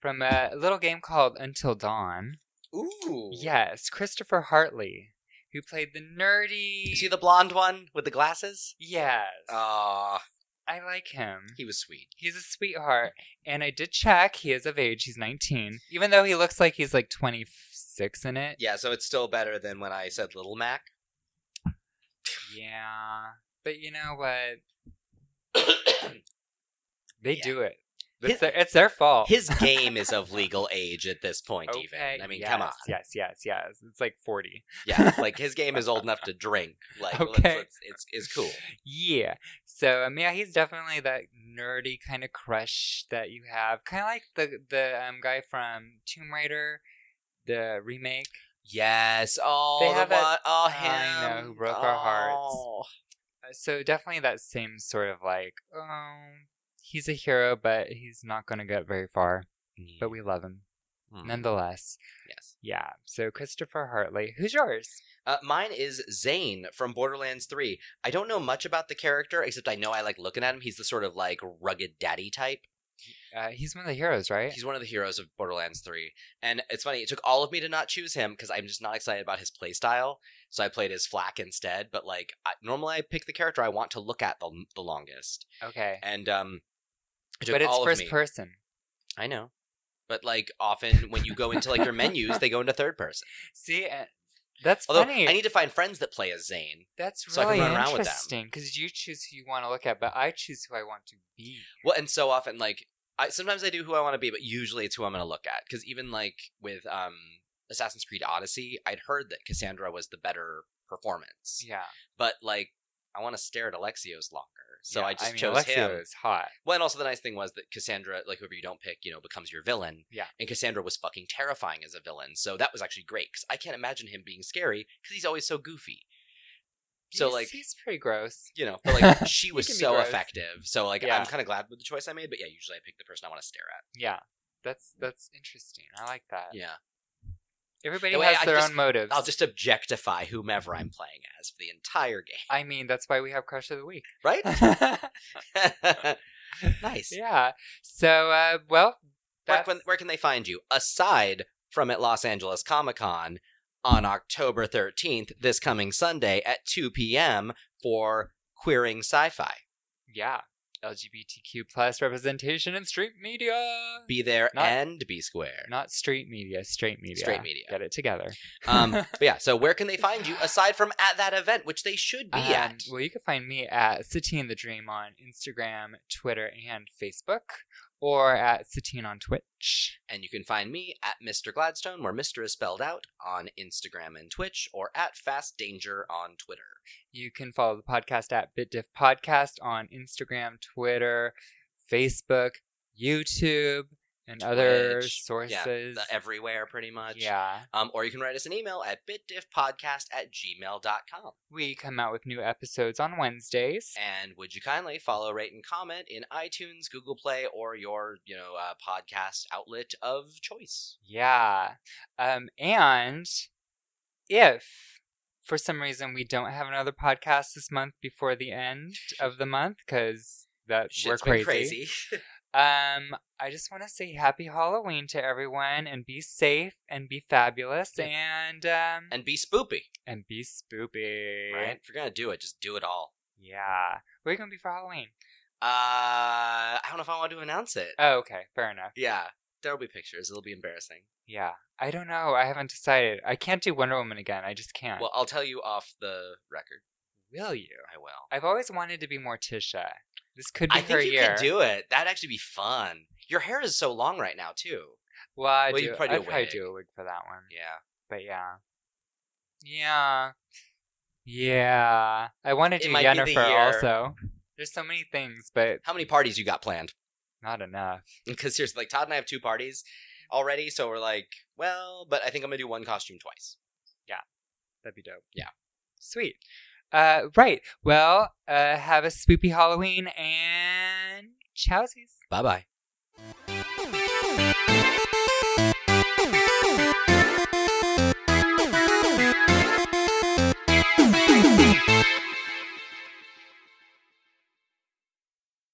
S1: from a little game called Until Dawn.
S2: Ooh.
S1: Yes, Christopher Hartley, who played the nerdy.
S2: You see the blonde one with the glasses?
S1: Yes,
S2: Ah,
S1: I like him.
S2: he was sweet.
S1: He's a sweetheart, and I did check. He is of age. He's 19, even though he looks like he's like 26 in it.
S2: Yeah, so it's still better than when I said Little Mac.
S1: Yeah, but you know what? They
S2: Yeah.
S1: do it. It's,
S2: His-
S1: their, it's their fault.
S2: His game is of legal age at this point,
S1: Okay,
S2: even. I mean, come on.
S1: yes, Yes, yes, yes. It's like 40.
S2: Yeah, like his game is old enough to drink. Like, let's-
S1: Okay.
S2: let's- it's, it's cool.
S1: Yeah. So um, yeah, he's definitely that nerdy kind of crush that you have, kind of like the the um, guy from Tomb Raider, the remake.
S2: Yes. Oh,
S1: They
S2: the
S1: have that-
S2: one- oh, him.
S1: I know, who broke our hearts.
S2: Oh.
S1: Uh, So definitely that same sort of like, oh, he's a hero, but he's not gonna get very far. But we love him
S2: Mm.
S1: nonetheless.
S2: Yes.
S1: Yeah. So Christopher Hartley, who's yours?
S2: Uh, mine is Zane from Borderlands 3. I don't know much about the character, except I know I like looking at him. He's the sort of like rugged daddy type.
S1: Uh, he's one of the heroes, right?
S2: He's one of the heroes of Borderlands 3. And it's funny, it took all of me to not choose him because I'm just not excited about his playstyle. So I played as Flack instead. But like, I, normally I pick the character I want to look at the, the longest.
S1: okay.
S2: And, um, it took
S1: But it's
S2: all of
S1: first
S2: me.
S1: person.
S2: I know. But like, often when you go into like your menus, they go into third person.
S1: See, uh, that's
S2: Although
S1: funny.
S2: I need to find friends that play as Zane.
S1: That's
S2: so I can
S1: really
S2: run around with them.
S1: interesting because you choose who you want to look at, but I choose who I want to be.
S2: Well, and so often, like, I sometimes I do who I want to be, but usually it's who I'm going to look at. Because even like with um, Assassin's Creed Odyssey, I'd heard that Cassandra was the better performance,
S1: Yeah.
S2: but like I want to stare at Alexios longer, so
S1: Yeah,
S2: I just
S1: mean,
S2: chose
S1: Alexia
S2: him.
S1: is hot.
S2: Well, and also the nice thing was that Cassandra, like whoever you don't pick, you know, becomes your villain.
S1: Yeah.
S2: and Cassandra was fucking terrifying as a villain, so that was actually great because I can't imagine him being scary because he's always so goofy. So
S1: He's-
S2: like
S1: he's pretty gross.
S2: you know, but like she was
S1: can be
S2: so
S1: gross.
S2: effective. So like
S1: Yeah.
S2: I'm kind of glad with the choice I made, but yeah, usually I pick the person I want to stare at.
S1: Yeah. That's that's interesting. I like that.
S2: Yeah,
S1: Everybody
S2: The way
S1: has
S2: I
S1: their
S2: just-
S1: own motives.
S2: I'll just objectify whomever I'm playing as for the entire game,
S1: I mean, that's why we have crush of the week.
S2: right? nice.
S1: yeah. So, uh, well,
S2: Where,
S1: that's
S2: can, where can they find you aside from at Los Angeles Comic Con on October 13th, this coming Sunday at 2 p.m. for Queering Sci-Fi?
S1: yeah, LGBTQ plus representation in street media.
S2: Be there
S1: Not-
S2: and be square.
S1: Not street media, straight media.
S2: Straight media.
S1: Get it together.
S2: Um, but yeah. So where can they find you aside from at that event, which they should be
S1: Um,
S2: at?
S1: Well, you can find me at Satine the Dream on Instagram, Twitter, and Facebook, or at Satine on Twitch.
S2: And you can find me at Mr. Gladstone, where Mr. is spelled out, on Instagram and Twitch, or at Fast Danger on Twitter.
S1: You can follow the podcast at BitDiff Podcast on Instagram, Twitter, Facebook, YouTube, and other
S2: Twitch. Yeah,
S1: sources.
S2: the- everywhere, pretty much.
S1: Yeah.
S2: Um, or you can write us an email at bitdiffpodcast at gmail.com.
S1: We come out with new episodes on Wednesdays.
S2: And would you kindly follow, rate, and comment in iTunes, Google Play, or your, you know, uh, podcast outlet of choice.
S1: Yeah. Um, and if for some reason we don't have another podcast this month before the end of the month, because that we're
S2: Shit's been
S1: crazy. Um, I just want to say happy Halloween to everyone and be safe and be fabulous
S2: Yeah.
S1: and um and,
S2: and be spoopy,
S1: be spoopy.
S2: right? If you're going to do it, just do it all.
S1: Yeah. What are you gonna be for Halloween?
S2: Uh, I don't know if I want to announce it.
S1: Oh, okay, fair enough.
S2: yeah. There'll be pictures. It'll be embarrassing.
S1: Yeah. I don't know. I haven't decided. I can't do Wonder Woman again. I just can't.
S2: Well, I'll tell you off the record.
S1: will you?
S2: I will.
S1: I've always wanted to be more Tisha. This could be
S2: I
S1: her
S2: think you
S1: year.
S2: could do it. That'd actually be fun. Your hair is so long right now, too.
S1: Well, I
S2: Well,
S1: do.
S2: you probably do
S1: I'd
S2: a
S1: probably
S2: wig.
S1: do a wig for that one.
S2: Yeah.
S1: But yeah, yeah, yeah. I wanted
S2: It
S1: to do
S2: might be the
S1: Yennefer
S2: year.
S1: also. There's so many things, but
S2: How many parties you got planned?
S1: not enough.
S2: Because seriously, like Todd and I have two parties already, so we're like, well, but I think I'm gonna do one costume twice.
S1: That'd be dope.
S2: Yeah.
S1: Sweet. Uh, right. Well, uh, have a spoopy Halloween and chowsies.
S2: Bye bye.